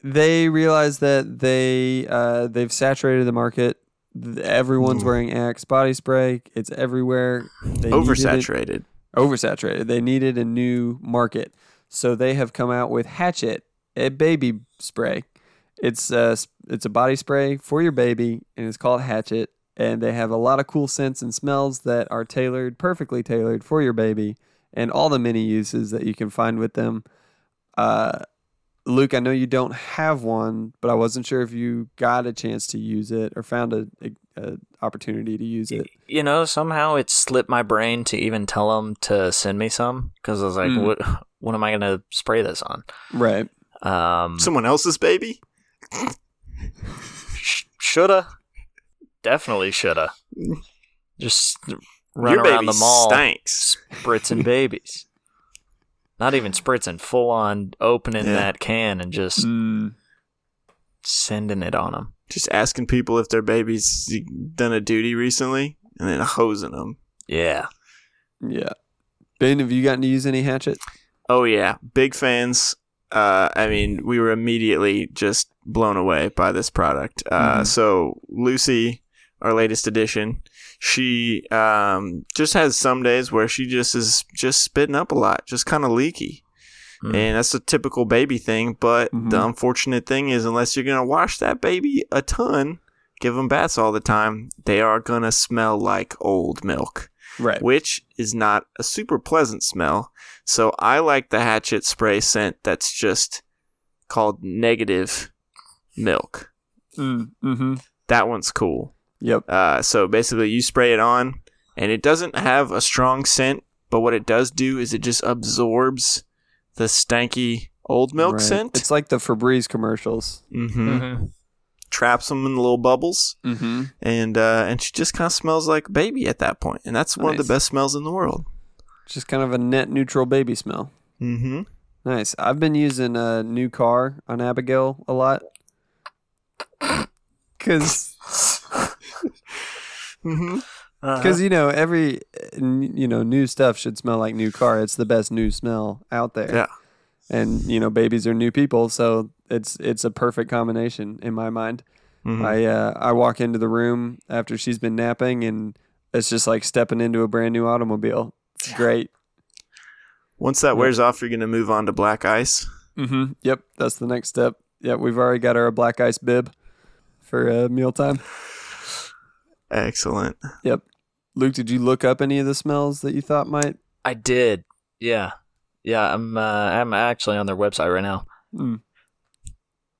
Speaker 3: they realize that they uh, they've saturated the market. Th- Everyone's
Speaker 1: Mm.
Speaker 3: wearing Axe body spray. It's everywhere. They needed it-
Speaker 1: Oversaturated.
Speaker 3: Oversaturated. They needed a new market, so they have come out with Hatchet, a baby spray. It's uh, s- it's a body spray for your baby, and it's called Hatchet. And they have a lot of cool scents and smells that are tailored, perfectly tailored for your baby, and all the many uses that you can find with them. Uh, Luke, I know you don't have one, but I wasn't sure if you got a chance to use it or found a, a, a opportunity to use it.
Speaker 2: You know, somehow it slipped my brain to even tell them to send me some because I was like,
Speaker 3: Hmm.
Speaker 2: what, what am I going to spray this on?
Speaker 3: Right.
Speaker 2: Um,
Speaker 1: Someone else's baby.
Speaker 2: sh- shoulda. Definitely shoulda. Just run
Speaker 1: Your
Speaker 2: around
Speaker 1: baby
Speaker 2: the mall.
Speaker 1: stinks.
Speaker 2: spritzing babies. Not even spritzing, full on opening
Speaker 1: Yeah. Mm.
Speaker 2: that can and just
Speaker 3: Mm.
Speaker 2: sending it on them.
Speaker 1: Just asking people if their baby's done a duty recently, and then hosing them.
Speaker 2: Yeah.
Speaker 3: Yeah. Ben, have you gotten to use any hatchet?
Speaker 1: Oh yeah, big fans. Uh, I mean, we were immediately just blown away by this product. Uh,
Speaker 3: Mhm.
Speaker 1: So Lucy, our latest addition, she um, just has some days where she just is just spitting up a lot, just kind of leaky,
Speaker 2: Mm.
Speaker 1: and that's a typical baby thing. But
Speaker 3: Mhm.
Speaker 1: the unfortunate thing is, unless you're gonna wash that baby a ton, give them baths all the time, they are gonna smell like old milk
Speaker 3: Right.
Speaker 1: which is not a super pleasant smell. So I like the hatchet spray scent that's just called negative milk.
Speaker 3: Mm-hmm.
Speaker 1: That one's cool.
Speaker 3: Yep.
Speaker 1: Uh, so basically, you spray it on, and it doesn't have a strong scent, but what it does do is it just absorbs the stanky old milk
Speaker 3: Right.
Speaker 1: scent,
Speaker 3: It's like the Febreze commercials.
Speaker 1: hmm
Speaker 2: Mhm.
Speaker 1: traps them in little bubbles,
Speaker 3: Mm-hmm.
Speaker 1: and uh, and she just kind of smells like a baby at that point, and that's one of
Speaker 3: Nice.
Speaker 1: the best smells in the world.
Speaker 3: Just kind of a net neutral baby smell.
Speaker 1: hmm
Speaker 3: Nice. I've been using a new car on Abigail a lot. Cause,
Speaker 1: hmm
Speaker 3: cause you know every uh, n- you know new stuff should smell like new car. It's the best new smell out there.
Speaker 1: Yeah.
Speaker 3: And you know babies are new people, so it's it's a perfect combination in my mind.
Speaker 1: hmm
Speaker 3: I uh, I walk into the room after she's been napping, and it's just like stepping into a brand new automobile. It's great.
Speaker 1: Once that
Speaker 3: Yeah.
Speaker 1: wears off, you're gonna move on to black ice.
Speaker 3: Mm-hmm. Yep, that's the next step. Yep, we've already got our black ice bib for uh, mealtime.
Speaker 1: Excellent.
Speaker 3: Yep. Luke, did you look up any of the smells that you thought might?
Speaker 2: I did. Yeah. Yeah, I'm uh, I'm actually on their website right now.
Speaker 3: Mm.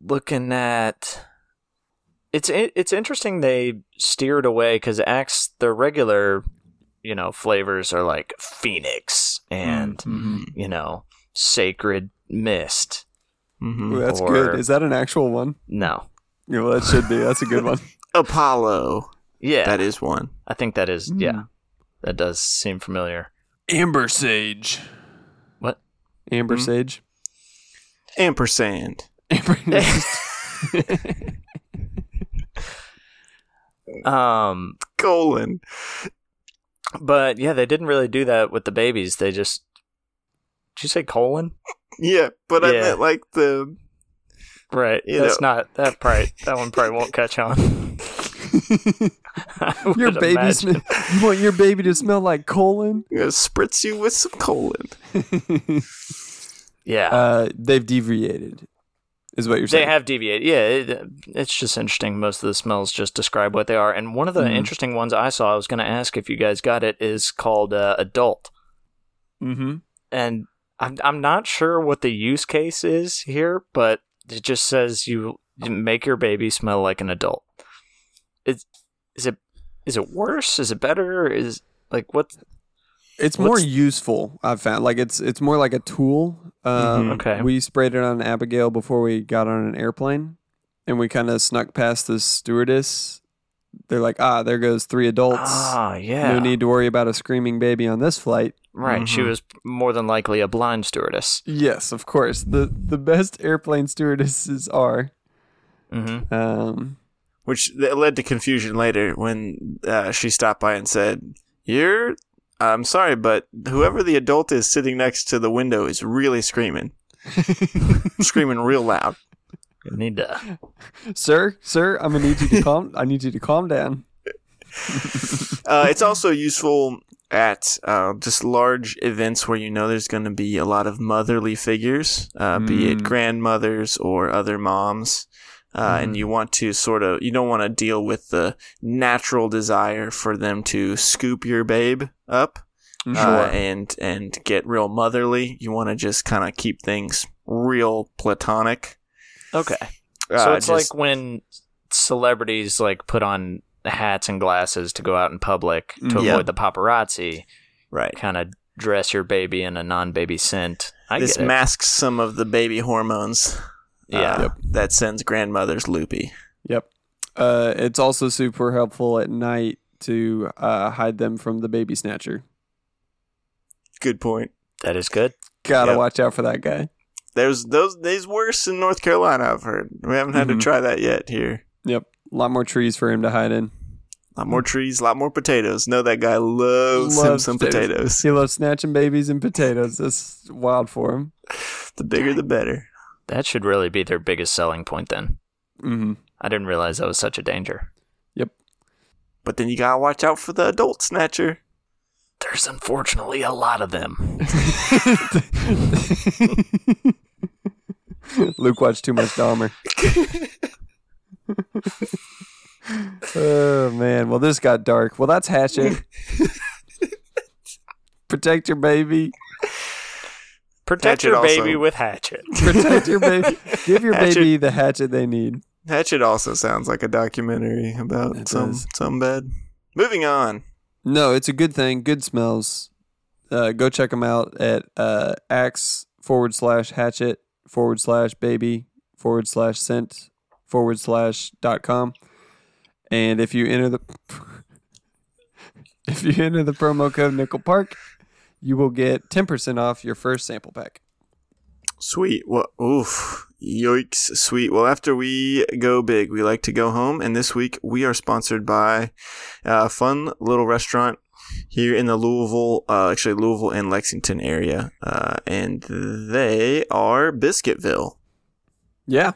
Speaker 2: Looking at It's i- it's interesting they steered away cuz Axe their regular, you know, flavors are like Phoenix
Speaker 1: Mm,
Speaker 2: and, you know, Sacred Mist.
Speaker 3: Ooh,
Speaker 1: Mhm.
Speaker 3: that's
Speaker 2: Or-
Speaker 3: good. Is that an actual one?
Speaker 2: No.
Speaker 3: Yeah, well, that should be. That's a good one.
Speaker 1: Apollo.
Speaker 2: Yeah.
Speaker 1: That is one.
Speaker 2: I think that is yeah.
Speaker 3: Mm.
Speaker 2: That does seem familiar.
Speaker 3: Amber sage.
Speaker 2: What?
Speaker 3: Amber
Speaker 1: Mhm.
Speaker 3: sage.
Speaker 1: Ampersand.
Speaker 3: Amber.
Speaker 2: Um
Speaker 1: Colon.
Speaker 2: but yeah, they didn't really do that with the babies. They just Did you say colon?
Speaker 1: Yeah, but I
Speaker 2: Yeah.
Speaker 1: meant like the
Speaker 2: Right.
Speaker 1: You
Speaker 2: that's not that probably that one probably won't catch on. I would
Speaker 3: Your baby
Speaker 2: imagine.
Speaker 3: smell. You want your baby to smell like colon?
Speaker 1: I'm gonna spritz you with some colon.
Speaker 2: Yeah.
Speaker 3: Uh, they've deviated, is what you're
Speaker 2: they
Speaker 3: saying.
Speaker 2: have deviated. Yeah, it, it's just interesting. Most of the smells just describe what they are. And one of the
Speaker 3: Mm-hmm.
Speaker 2: interesting ones I saw, I was going to ask if you guys got it, is called uh, adult.
Speaker 3: Mm-hmm.
Speaker 2: And I'm I'm not sure what the use case is here, but it just says you you make your baby smell like an adult. Is is it is it worse? Is it better? Is like what?
Speaker 3: It's more
Speaker 2: What's-
Speaker 3: useful. I've found like it's it's more like a tool. Um,
Speaker 2: Mhm. Okay.
Speaker 3: We sprayed it on Abigail before we got on an airplane, and we kind of snuck past the stewardess. They're like, ah, there goes three adults.
Speaker 2: Ah, yeah.
Speaker 3: No need Mm-hmm. to worry about a screaming baby on this flight.
Speaker 2: Right. She was more than likely a blind stewardess.
Speaker 3: Yes, of course. The the best airplane stewardesses are.
Speaker 2: hmm
Speaker 3: Um,
Speaker 1: which that led to confusion later when uh, she stopped by and said, "You're, I'm sorry, but whoever the adult is sitting next to the window is really screaming, screaming real loud."
Speaker 2: Need to.
Speaker 3: sir, sir, I'm gonna need you to calm. I need you to calm down.
Speaker 1: Uh, it's also useful at uh, just large events where you know there's going to be a lot of motherly figures, uh, be it
Speaker 3: Mm.
Speaker 1: grandmothers or other moms. Uh,
Speaker 2: Mm.
Speaker 1: And you want to sort of, you don't want to deal with the natural desire for them to scoop your babe up.
Speaker 2: Ah,
Speaker 1: uh, and and get real motherly. You want to just kind of keep things real platonic.
Speaker 2: Okay.
Speaker 1: Uh,
Speaker 2: so it's
Speaker 1: just-
Speaker 2: like when celebrities like put on hats and glasses to go out in public to
Speaker 1: Yeah.
Speaker 2: avoid the paparazzi,
Speaker 1: right.
Speaker 2: kind of dress your baby in a non-baby scent. I
Speaker 1: this
Speaker 2: get it.
Speaker 1: masks some of the baby hormones.
Speaker 2: Yeah.
Speaker 1: uh, that sends grandmothers loopy.
Speaker 3: Yep. Uh, it's also super helpful at night to uh, hide them from the baby snatcher.
Speaker 1: Good point.
Speaker 2: that is good.
Speaker 3: Gotta
Speaker 1: Yep.
Speaker 3: watch out for that guy.
Speaker 1: There's those days worse in North Carolina. I've heard. We haven't had
Speaker 3: Mhm.
Speaker 1: to try that yet here.
Speaker 3: Yep. A lot more trees for him to hide in.
Speaker 1: A lot more trees, a lot more potatoes. No, that guy loves, him
Speaker 3: Mm. Loves
Speaker 1: some
Speaker 3: potatoes.
Speaker 1: potatoes.
Speaker 3: He loves snatching babies and potatoes. That's wild for him.
Speaker 1: The bigger, the better.
Speaker 2: That should really be their biggest selling point. Then
Speaker 3: Mm-hmm.
Speaker 2: I didn't realize that was such a danger.
Speaker 1: But then you gotta watch out for the adult snatcher.
Speaker 2: There's unfortunately a lot of them.
Speaker 3: Luke watched too much Dahmer. oh man, well this got dark. Well that's hatchet. Protect your baby.
Speaker 2: Protect
Speaker 1: Hatchet
Speaker 2: your baby
Speaker 1: also.
Speaker 2: with hatchet.
Speaker 3: Protect your baby. Give your
Speaker 1: Hatchet.
Speaker 3: baby the hatchet they need.
Speaker 1: Hatchet also sounds like a documentary about
Speaker 3: It
Speaker 1: some
Speaker 3: does.
Speaker 1: some bed. Moving on.
Speaker 3: No, it's a good thing. Good smells. Uh, go check them out at uh, axe forward slash hatchet forward slash baby forward slash scent forward slash dot com. And if you enter the if you enter the promo code Nickel Park, you will get ten percent off your first sample pack.
Speaker 1: Sweet. Well, oof. Yikes. Sweet. Well, after we go big, we like to go home. And this week we are sponsored by a fun little restaurant here in the Louisville, uh, actually Louisville and Lexington area. Uh, and they are Biscuitville.
Speaker 3: Yeah.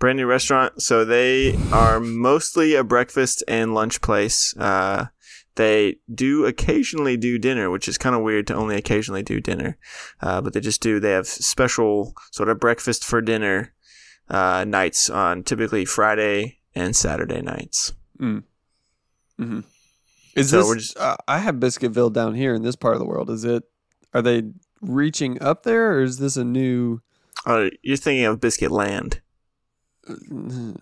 Speaker 1: brand new restaurant. So they are mostly a breakfast and lunch place. Uh, they do occasionally do dinner, which is kind of weird to only occasionally do dinner, uh, but they just do. They have special sort of breakfast for dinner uh, nights on typically Friday and Saturday nights.
Speaker 3: Mm-hmm. Is
Speaker 1: So
Speaker 3: this?
Speaker 1: we're just-
Speaker 3: uh, I have Biscuitville down here in this part of the world. Is it? Are they reaching up there, or is this a new?
Speaker 1: Uh, you're thinking of Biscuit Land.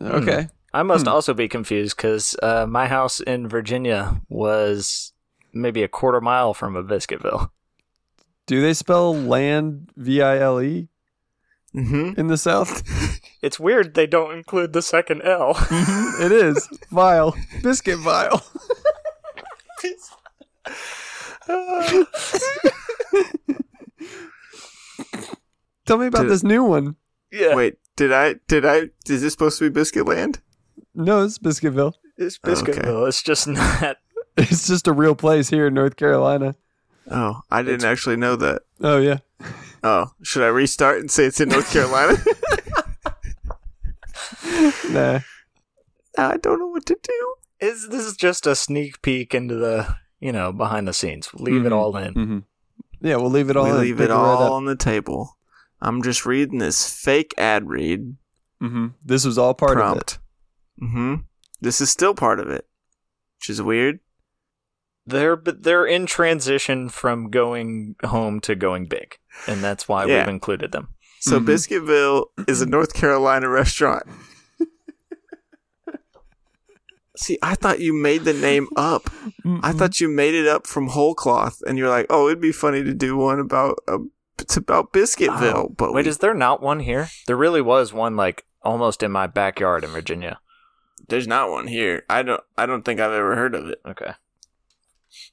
Speaker 3: Okay.
Speaker 2: I must
Speaker 3: Hmm.
Speaker 2: also be confused because uh, my house in Virginia was maybe a quarter mile from a Biscuitville.
Speaker 3: Do they spell land V I L E
Speaker 1: Mm-hmm.
Speaker 3: in the South?
Speaker 2: It's weird they don't include the second L.
Speaker 3: it is vile biscuit vile. Tell me about
Speaker 1: Did-
Speaker 3: this new one.
Speaker 2: yeah.
Speaker 1: Wait, did I? Did I? Is this supposed to be Biscuit Land?
Speaker 3: No, it's Biscuitville.
Speaker 2: It's
Speaker 1: Okay.
Speaker 2: Biscuitville. It's just not.
Speaker 3: It's just a real place here in North Carolina.
Speaker 1: Oh, I didn't actually know that.
Speaker 3: Oh yeah.
Speaker 1: Oh, should I restart and say it's in North Carolina?
Speaker 3: Nah.
Speaker 1: Now I don't know what to do.
Speaker 2: Is this is just a sneak peek into the you know behind the scenes? Leave it
Speaker 3: Mhm.
Speaker 2: all in.
Speaker 3: Mm-hmm. Yeah, we'll leave it all.
Speaker 1: we
Speaker 3: in.
Speaker 1: leave
Speaker 3: Pick
Speaker 1: it
Speaker 3: it right
Speaker 1: all
Speaker 3: up.
Speaker 1: on the table. I'm just reading this fake ad read
Speaker 3: Mhm. This was all part of it.
Speaker 1: prompt. Mm-hmm. This is still part of it, which is weird.
Speaker 2: They're but they're in transition from going home to going big, and that's why
Speaker 1: Yeah.
Speaker 2: we've included them.
Speaker 1: So
Speaker 3: Mhm.
Speaker 1: Biscuitville is a North Carolina restaurant. See, I thought you made the name up. I thought you made it up from whole cloth, and you're like, "Oh, it'd be funny to do one about uh, it's about Biscuitville."
Speaker 2: Oh,
Speaker 1: but
Speaker 2: wait,
Speaker 1: we-
Speaker 2: is there not one here? There really was one like almost in my backyard in Virginia.
Speaker 1: there's not one here. I don't. I don't think I've ever heard of it.
Speaker 2: Okay,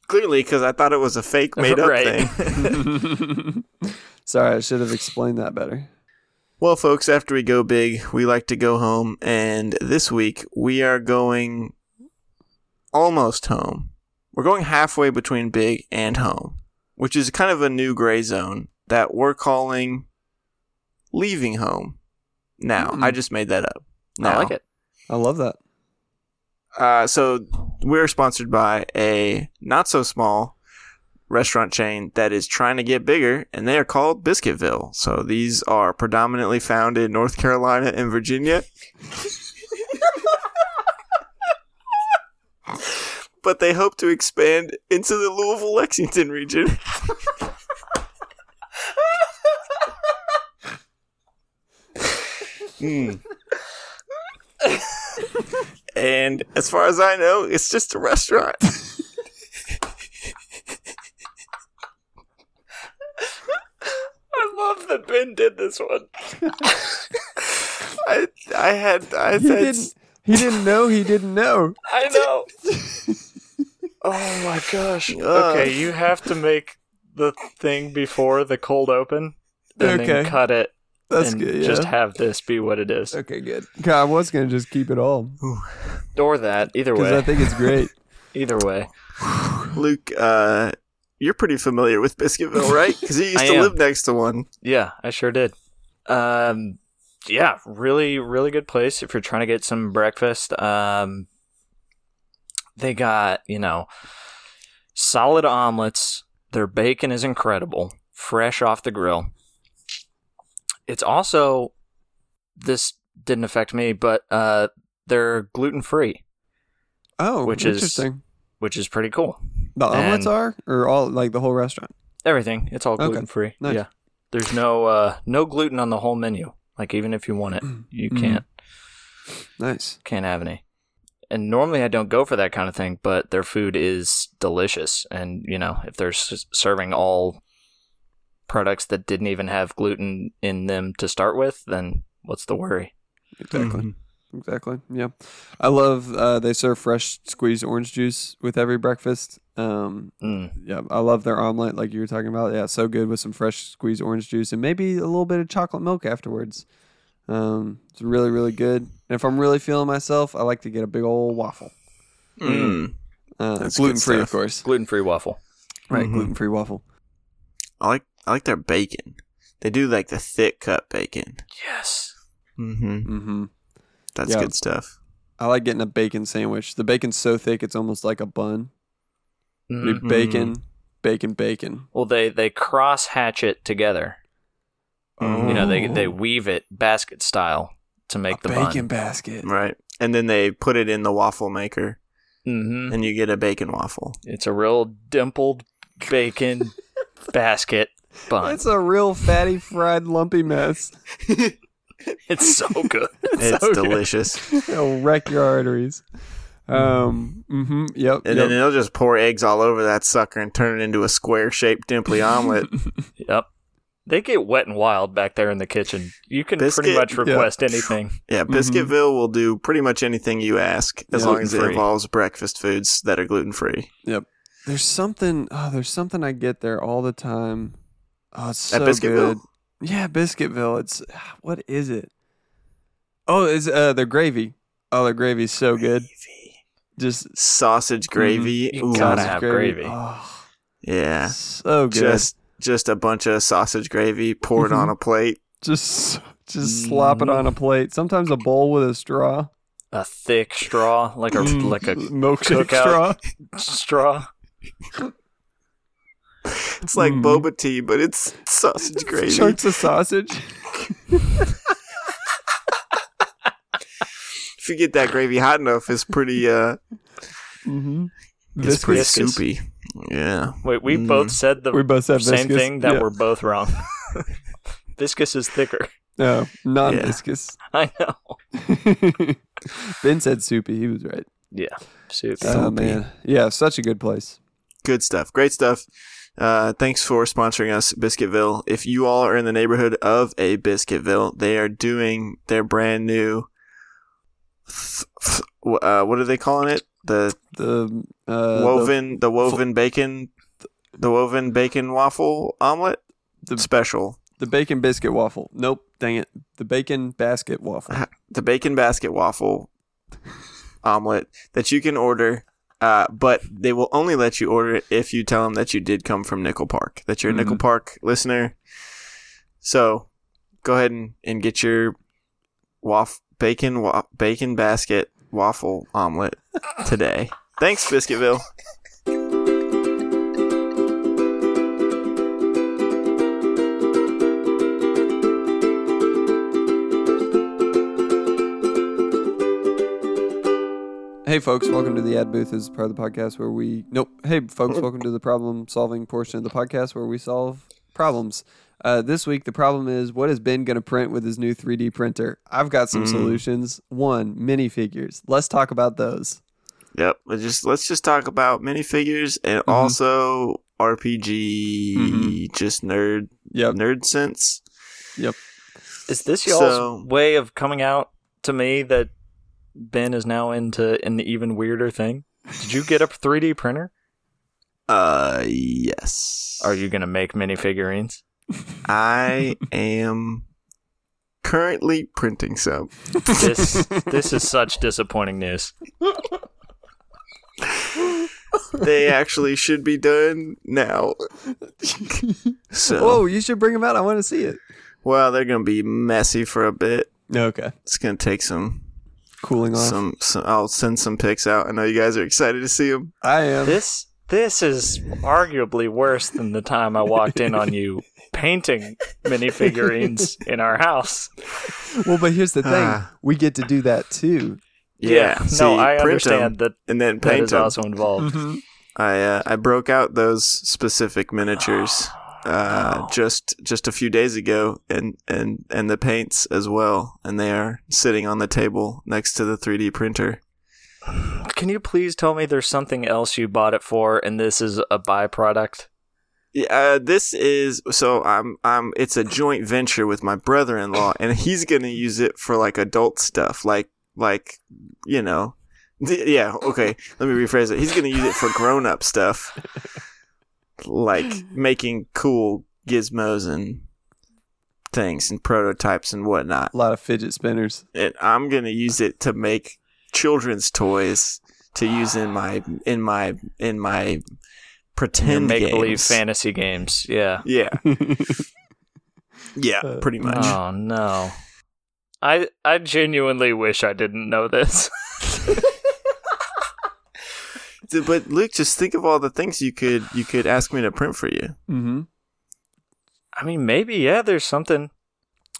Speaker 1: Clearly, because I thought it was a fake made up
Speaker 2: Right.
Speaker 1: thing.
Speaker 3: Sorry, I should have explained that better.
Speaker 1: Well, folks, after we go big, we like to go home, and this week we are going almost home. We're going halfway between big and home, which is kind of a new gray zone that we're calling leaving home. Now,
Speaker 3: Mm.
Speaker 1: I just made that up. Now.
Speaker 2: Hmm. I like it.
Speaker 3: I love that.
Speaker 1: Uh, so we're sponsored by a not so small restaurant chain that is trying to get bigger, and they are called Biscuitville. So these are predominantly found in North Carolina and Virginia. but they hope to expand into the Louisville Lexington region. Mm. And as far as I know, it's just a restaurant.
Speaker 2: I love that Ben did this one.
Speaker 1: I I had I
Speaker 3: He
Speaker 1: had
Speaker 3: didn't. He didn't know. He didn't know.
Speaker 2: I know. oh my gosh. Okay, you have to make the thing before the cold open and then
Speaker 3: Okay.
Speaker 2: cut it
Speaker 3: That's
Speaker 2: and
Speaker 3: good. Yeah.
Speaker 2: just have this be what it is.
Speaker 3: okay, good. 'Cause I was gonna just keep it all
Speaker 2: Or that, either
Speaker 3: because
Speaker 2: way.
Speaker 3: I think it's great.
Speaker 2: either way.
Speaker 1: Luke. Uh, you're pretty familiar with Biscuitville, right? Because you used
Speaker 2: I
Speaker 1: to
Speaker 2: am.
Speaker 1: live next to one.
Speaker 2: Yeah, I sure did. Um yeah, really really good place if you're trying to get some breakfast. Um they got, you know, solid omelets. Their bacon is incredible, fresh off the grill. It's also this didn't affect me, but uh they're gluten-free,
Speaker 3: Oh,
Speaker 2: Which is-
Speaker 3: interesting.
Speaker 2: which is pretty cool.
Speaker 3: The omelets
Speaker 2: and-
Speaker 3: are, or all like the whole restaurant.
Speaker 2: Everything. It's all
Speaker 3: Okay.
Speaker 2: gluten free.
Speaker 3: Nice.
Speaker 2: Yeah. There's no uh no gluten on the whole menu. Like even if you want it, you
Speaker 3: Mhm.
Speaker 2: can't
Speaker 3: Nice.
Speaker 2: can't have any. And normally I don't go for that kind of thing, but their food is delicious. And you know, if they're s- serving all products that didn't even have gluten in them to start with, then what's the worry?
Speaker 3: Exactly.
Speaker 1: Mm-hmm.
Speaker 3: Exactly. Yeah, I love. Uh, they serve fresh squeezed orange juice with every breakfast. Um,
Speaker 2: Mm.
Speaker 3: yeah, I love their omelet, like you were talking about. Yeah, so good with some fresh squeezed orange juice and maybe a little bit of chocolate milk afterwards. Um, it's really, really good. And if I'm really feeling myself, I like to get a big old waffle.
Speaker 2: Mm-hmm.
Speaker 1: Mm.
Speaker 3: Uh,
Speaker 1: That's good
Speaker 3: gluten free, of
Speaker 1: stuff.
Speaker 3: course.
Speaker 2: Gluten free waffle.
Speaker 3: Right,
Speaker 1: Mhm.
Speaker 3: gluten free waffle.
Speaker 1: I like I like their bacon. They do like the thick cut bacon.
Speaker 2: Yes.
Speaker 1: Mm-hmm.
Speaker 3: hmm
Speaker 1: That's
Speaker 3: Yeah.
Speaker 1: good stuff.
Speaker 3: I like getting a bacon sandwich. The bacon's so thick, it's almost like a bun. But
Speaker 2: Mm.
Speaker 1: Mm-hmm.
Speaker 3: you Bacon, bacon, bacon.
Speaker 2: Well, they they cross hatch it together.
Speaker 3: Mm-hmm.
Speaker 2: You know, they they weave it basket style to make the
Speaker 3: a bacon
Speaker 2: bun.
Speaker 3: basket.
Speaker 1: Um, Right. And then they put it in the waffle maker,
Speaker 2: Mm-hmm.
Speaker 1: and you get a bacon waffle.
Speaker 2: It's a real dimpled bacon basket bun.
Speaker 3: It's a real fatty, fried, lumpy mess.
Speaker 2: It's so good.
Speaker 1: It's
Speaker 3: so good.
Speaker 1: delicious.
Speaker 3: It'll wreck your arteries. Um. hmm Yep.
Speaker 1: And
Speaker 3: yep.
Speaker 1: then they'll just pour eggs all over that sucker and turn it into a square shaped dimply omelet.
Speaker 2: Yep. They get wet and wild back there in the kitchen. You can
Speaker 1: Biscuit,
Speaker 2: pretty much
Speaker 1: yeah.
Speaker 2: request anything.
Speaker 1: Yeah,
Speaker 3: Mhm.
Speaker 1: Biscuitville will do pretty much anything you ask as
Speaker 3: Yeah.
Speaker 1: long as it
Speaker 2: Gluten-free.
Speaker 1: involves breakfast foods that are gluten free.
Speaker 3: there's something. Oh, there's something I get there all the time. Oh, it's so
Speaker 1: At Biscuitville?
Speaker 3: good. Yeah, Biscuitville. It's what is it? Oh, it's uh their gravy. Oh, their gravy's so good. Just
Speaker 1: Sausage gravy.
Speaker 2: You
Speaker 1: Ooh,
Speaker 2: gotta
Speaker 3: sausage
Speaker 2: have gravy.
Speaker 3: Oh,
Speaker 1: Yeah.
Speaker 3: so good.
Speaker 1: Just just a bunch of sausage gravy poured on a plate.
Speaker 2: Mm.
Speaker 3: just just slop it on a plate. Sometimes a bowl with a straw.
Speaker 2: a thick straw, like a
Speaker 3: Mm.
Speaker 2: like a
Speaker 3: milkshake
Speaker 2: Cookout.
Speaker 3: straw.
Speaker 2: straw.
Speaker 1: It's like
Speaker 3: Mm.
Speaker 1: boba tea, but it's sausage gravy.
Speaker 3: Chunks of sausage.
Speaker 1: If you get that gravy hot enough, it's pretty uh
Speaker 3: Mm-hmm.
Speaker 1: it's pretty
Speaker 2: Viscous.
Speaker 1: soupy. Yeah.
Speaker 2: Wait, we
Speaker 1: Mm.
Speaker 2: both said the
Speaker 3: we both have
Speaker 2: same
Speaker 3: viscous.
Speaker 2: thing that
Speaker 3: Yeah.
Speaker 2: we're both wrong. viscous is thicker.
Speaker 3: no non viscous.
Speaker 2: I know.
Speaker 3: ben said soupy. He was right.
Speaker 2: Yeah. Soup.
Speaker 3: Oh
Speaker 1: Soupy.
Speaker 3: man, yeah, such a good place.
Speaker 1: Good stuff. Great stuff. Uh, thanks for sponsoring us, Biscuitville. If you all are in the neighborhood of a Biscuitville, they are doing their brand new. th- th- uh, what are they calling it? The
Speaker 3: The uh,
Speaker 1: woven, the, woven bacon, the woven bacon waffle omelet
Speaker 3: The-
Speaker 1: special.
Speaker 3: the, the bacon biscuit waffle. Nope, dang it, the bacon basket waffle.
Speaker 1: the bacon basket waffle omelet that you can order, uh, but they will only let you order it if you tell them that you did come from Nickel Park, that you're a
Speaker 3: Mm-hmm.
Speaker 1: Nickel Park listener. So go ahead and, and get your waff- bacon wa- bacon basket waffle omelet today. Thanks, Biscuitville.
Speaker 3: Hey folks, welcome to the ad booth. This is part of the podcast where we nope. Hey folks, welcome to the problem solving portion of the podcast where we solve problems. Uh, this week the problem is what is Ben going to print with his new 3D printer? I've got some
Speaker 1: Mm.
Speaker 3: solutions. One, minifigures. Let's talk about those.
Speaker 1: Yep. Let's just let's just talk about minifigures and
Speaker 3: Mhm.
Speaker 1: also RPG,
Speaker 3: Mhm.
Speaker 1: just nerd
Speaker 3: Yep.
Speaker 1: nerd sense.
Speaker 2: Is this y'all's
Speaker 1: So-
Speaker 2: way of coming out to me that Ben is now into an even weirder thing? Did you get a 3D printer?
Speaker 1: Uh, yes.
Speaker 2: Are you gonna make mini figurines?
Speaker 1: I am currently printing some.
Speaker 2: This this is such disappointing news.
Speaker 1: They actually should be done now. So,
Speaker 3: Oh, you should bring them out. I want to see it.
Speaker 1: well, they're gonna be messy for a bit.
Speaker 3: Okay.
Speaker 1: It's gonna take some,
Speaker 3: Cooling off.
Speaker 1: some, some. I'll send some pics out. I know you guys are excited to see them.
Speaker 3: I am.
Speaker 2: This this is arguably worse than the time I walked in on you painting mini figurines in our house.
Speaker 3: Well, but here's the thing:
Speaker 1: Ah.
Speaker 3: we get to do that too.
Speaker 1: see,
Speaker 2: no, I
Speaker 1: print 'em
Speaker 2: understand that
Speaker 1: and then
Speaker 2: that
Speaker 1: paint
Speaker 2: is
Speaker 1: 'em.
Speaker 2: also involved.
Speaker 1: I uh, I broke out those specific miniatures uh,
Speaker 2: no.
Speaker 1: just just a few days ago, and and and the paints as well, and they are sitting on the table next to the 3D printer.
Speaker 2: Can you please tell me there's something else you bought it for, and this is a byproduct?
Speaker 1: Yeah, uh, this is so I'm I'm it's a joint venture with my brother-in-law, and he's gonna use it for like adult stuff, like like you know. th- Yeah, okay. Let me rephrase it. He's going to use it for grown-up stuff, like making cool gizmos and things and prototypes and whatnot.
Speaker 3: A lot of fidget spinners.
Speaker 1: And I'm going to use it to make children's toys to use in my in my in my pretend
Speaker 2: make believe
Speaker 1: games.
Speaker 2: fantasy games. Yeah.
Speaker 1: Yeah. yeah,
Speaker 3: Uh,
Speaker 1: pretty much.
Speaker 2: Oh no. I I genuinely wish I didn't know this.
Speaker 1: D- But Luke, just think of all the things you could you could ask me to print for you.
Speaker 3: Mm-hmm.
Speaker 2: I mean, maybe yeah. There's something.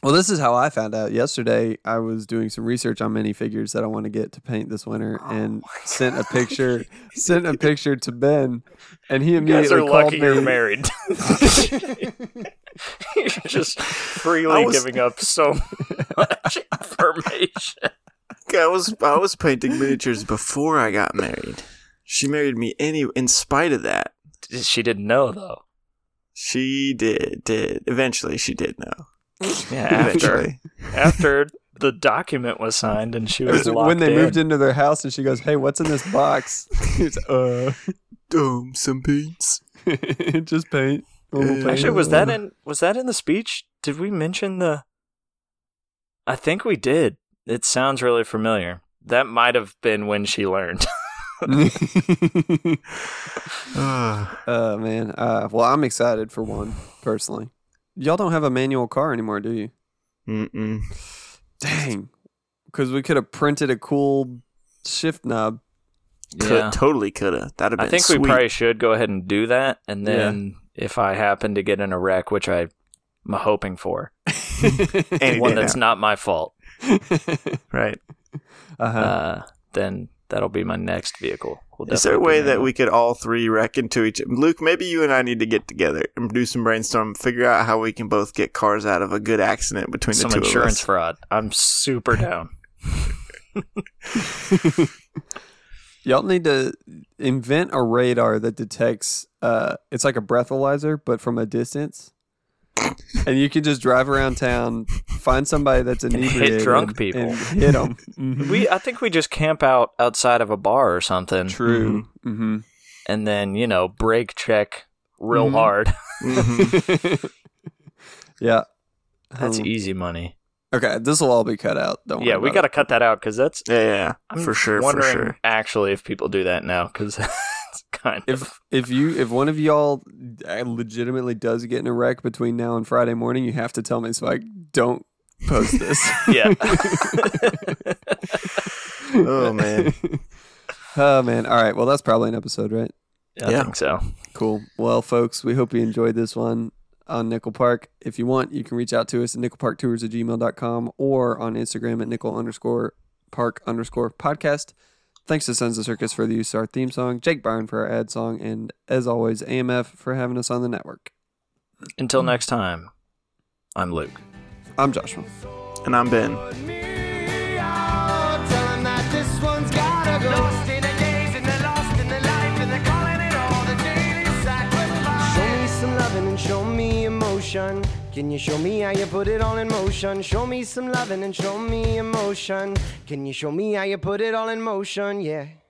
Speaker 3: Well, this is how I found out. Yesterday, I was doing some research on minifigures that I want to get to paint this winter,
Speaker 2: Oh
Speaker 3: and sent a picture sent a picture to Ben, and he
Speaker 2: You guys
Speaker 3: immediately
Speaker 2: are
Speaker 3: called
Speaker 2: lucky
Speaker 3: me.
Speaker 2: you're married. you're just freely
Speaker 1: I was-
Speaker 2: giving up so much information.
Speaker 1: I was I was painting miniatures before I got married. She married me any in spite of that.
Speaker 2: She didn't know though.
Speaker 1: She did did eventually she did know.
Speaker 2: Yeah. After
Speaker 1: Eventually.
Speaker 2: after the document was signed and she
Speaker 3: It
Speaker 2: was
Speaker 3: was
Speaker 2: locked
Speaker 3: when they
Speaker 2: in.
Speaker 3: moved into their house, and she goes, "Hey, what's in this box?" It's, uh,
Speaker 1: Um some paints.
Speaker 3: just paint. Normal paint.
Speaker 2: Actually, was that in was that in the speech? Did we mention the? I think we did. It sounds really familiar. That might have been when she learned.
Speaker 1: Ah.
Speaker 3: Oh man. Uh, well, I'm excited for one personally. Y'all don't have a manual car anymore, do you?
Speaker 1: Mm-mm.
Speaker 3: Dang. because we could have printed a cool shift knob.
Speaker 1: Could, Totally could have. That'd have been
Speaker 2: I think
Speaker 1: sweet.
Speaker 2: we probably should go ahead and do that, and then if I happen to get in a wreck, which I'm hoping for,
Speaker 1: Any
Speaker 2: one
Speaker 1: day
Speaker 2: that's
Speaker 1: now.
Speaker 2: not my fault,
Speaker 1: right.
Speaker 3: Uh-huh.
Speaker 2: uh, then that'll be my next vehicle. We'll
Speaker 1: Is there a
Speaker 2: definitely
Speaker 1: way
Speaker 2: do
Speaker 1: that we could all three wreck into each Luke, maybe you and I need to get together and do some brainstorm, figure out how we can both get cars out of a good accident between the
Speaker 2: some
Speaker 1: two
Speaker 2: insurance
Speaker 1: of us.
Speaker 2: fraud? I'm super down.
Speaker 3: Y'all need to invent a radar that detects. Uh, it's like a breathalyzer, but from a distance. And you can just drive around town, find somebody that's
Speaker 2: hit
Speaker 3: inebriated,
Speaker 2: drunk
Speaker 3: and-
Speaker 2: people. Mm-hmm.
Speaker 3: and hit them.
Speaker 2: we I think we just camp out outside of a bar or something,
Speaker 3: True. Mm-hmm.
Speaker 2: and then you know brake check real
Speaker 1: Mm-hmm.
Speaker 3: Mhm.
Speaker 2: hard.
Speaker 1: Mhm.
Speaker 3: Mm-hmm. Yeah.
Speaker 2: That's
Speaker 3: Um,
Speaker 2: easy money.
Speaker 3: Okay, this will all be cut out. Don't
Speaker 2: Yeah,
Speaker 3: worry
Speaker 2: we
Speaker 3: about
Speaker 2: got to cut that out because that's
Speaker 1: yeah, yeah,
Speaker 2: I'm
Speaker 1: for sure, for
Speaker 2: wondering
Speaker 1: sure.
Speaker 2: actually if people do that now because it's kind
Speaker 3: it.
Speaker 2: of
Speaker 3: If if you if one of y'all uh, legitimately does get in a wreck between now and Friday morning, you have to tell me so I don't post this.
Speaker 2: yeah.
Speaker 1: Oh man,
Speaker 3: oh man. All right. Well, that's probably an episode, right?
Speaker 2: I
Speaker 1: Yeah.
Speaker 2: think so.
Speaker 3: Cool. Well, folks, we hope you enjoyed this one on Nickel Park. If you want, you can reach out to us at nickelparktours at gmail.com or on Instagram at nickel underscore park underscore podcast. Thanks to Sons of Circus for the use of our theme song, Jake Byron for our ad song, and as always, AMF for having us on the network.
Speaker 2: Until next time, I'm Luke.
Speaker 3: I'm Joshua.
Speaker 1: and I'm Ben.
Speaker 4: me out. Tell 'em that this one's gotta go. Lost in the days and they're lost in the life and they're calling it all the daily sacrifice. Show me some loving and show me emotion. Can you show me how you put it all in motion? Show me some loving and show me emotion. Can you show me how you put it all in motion? Yeah.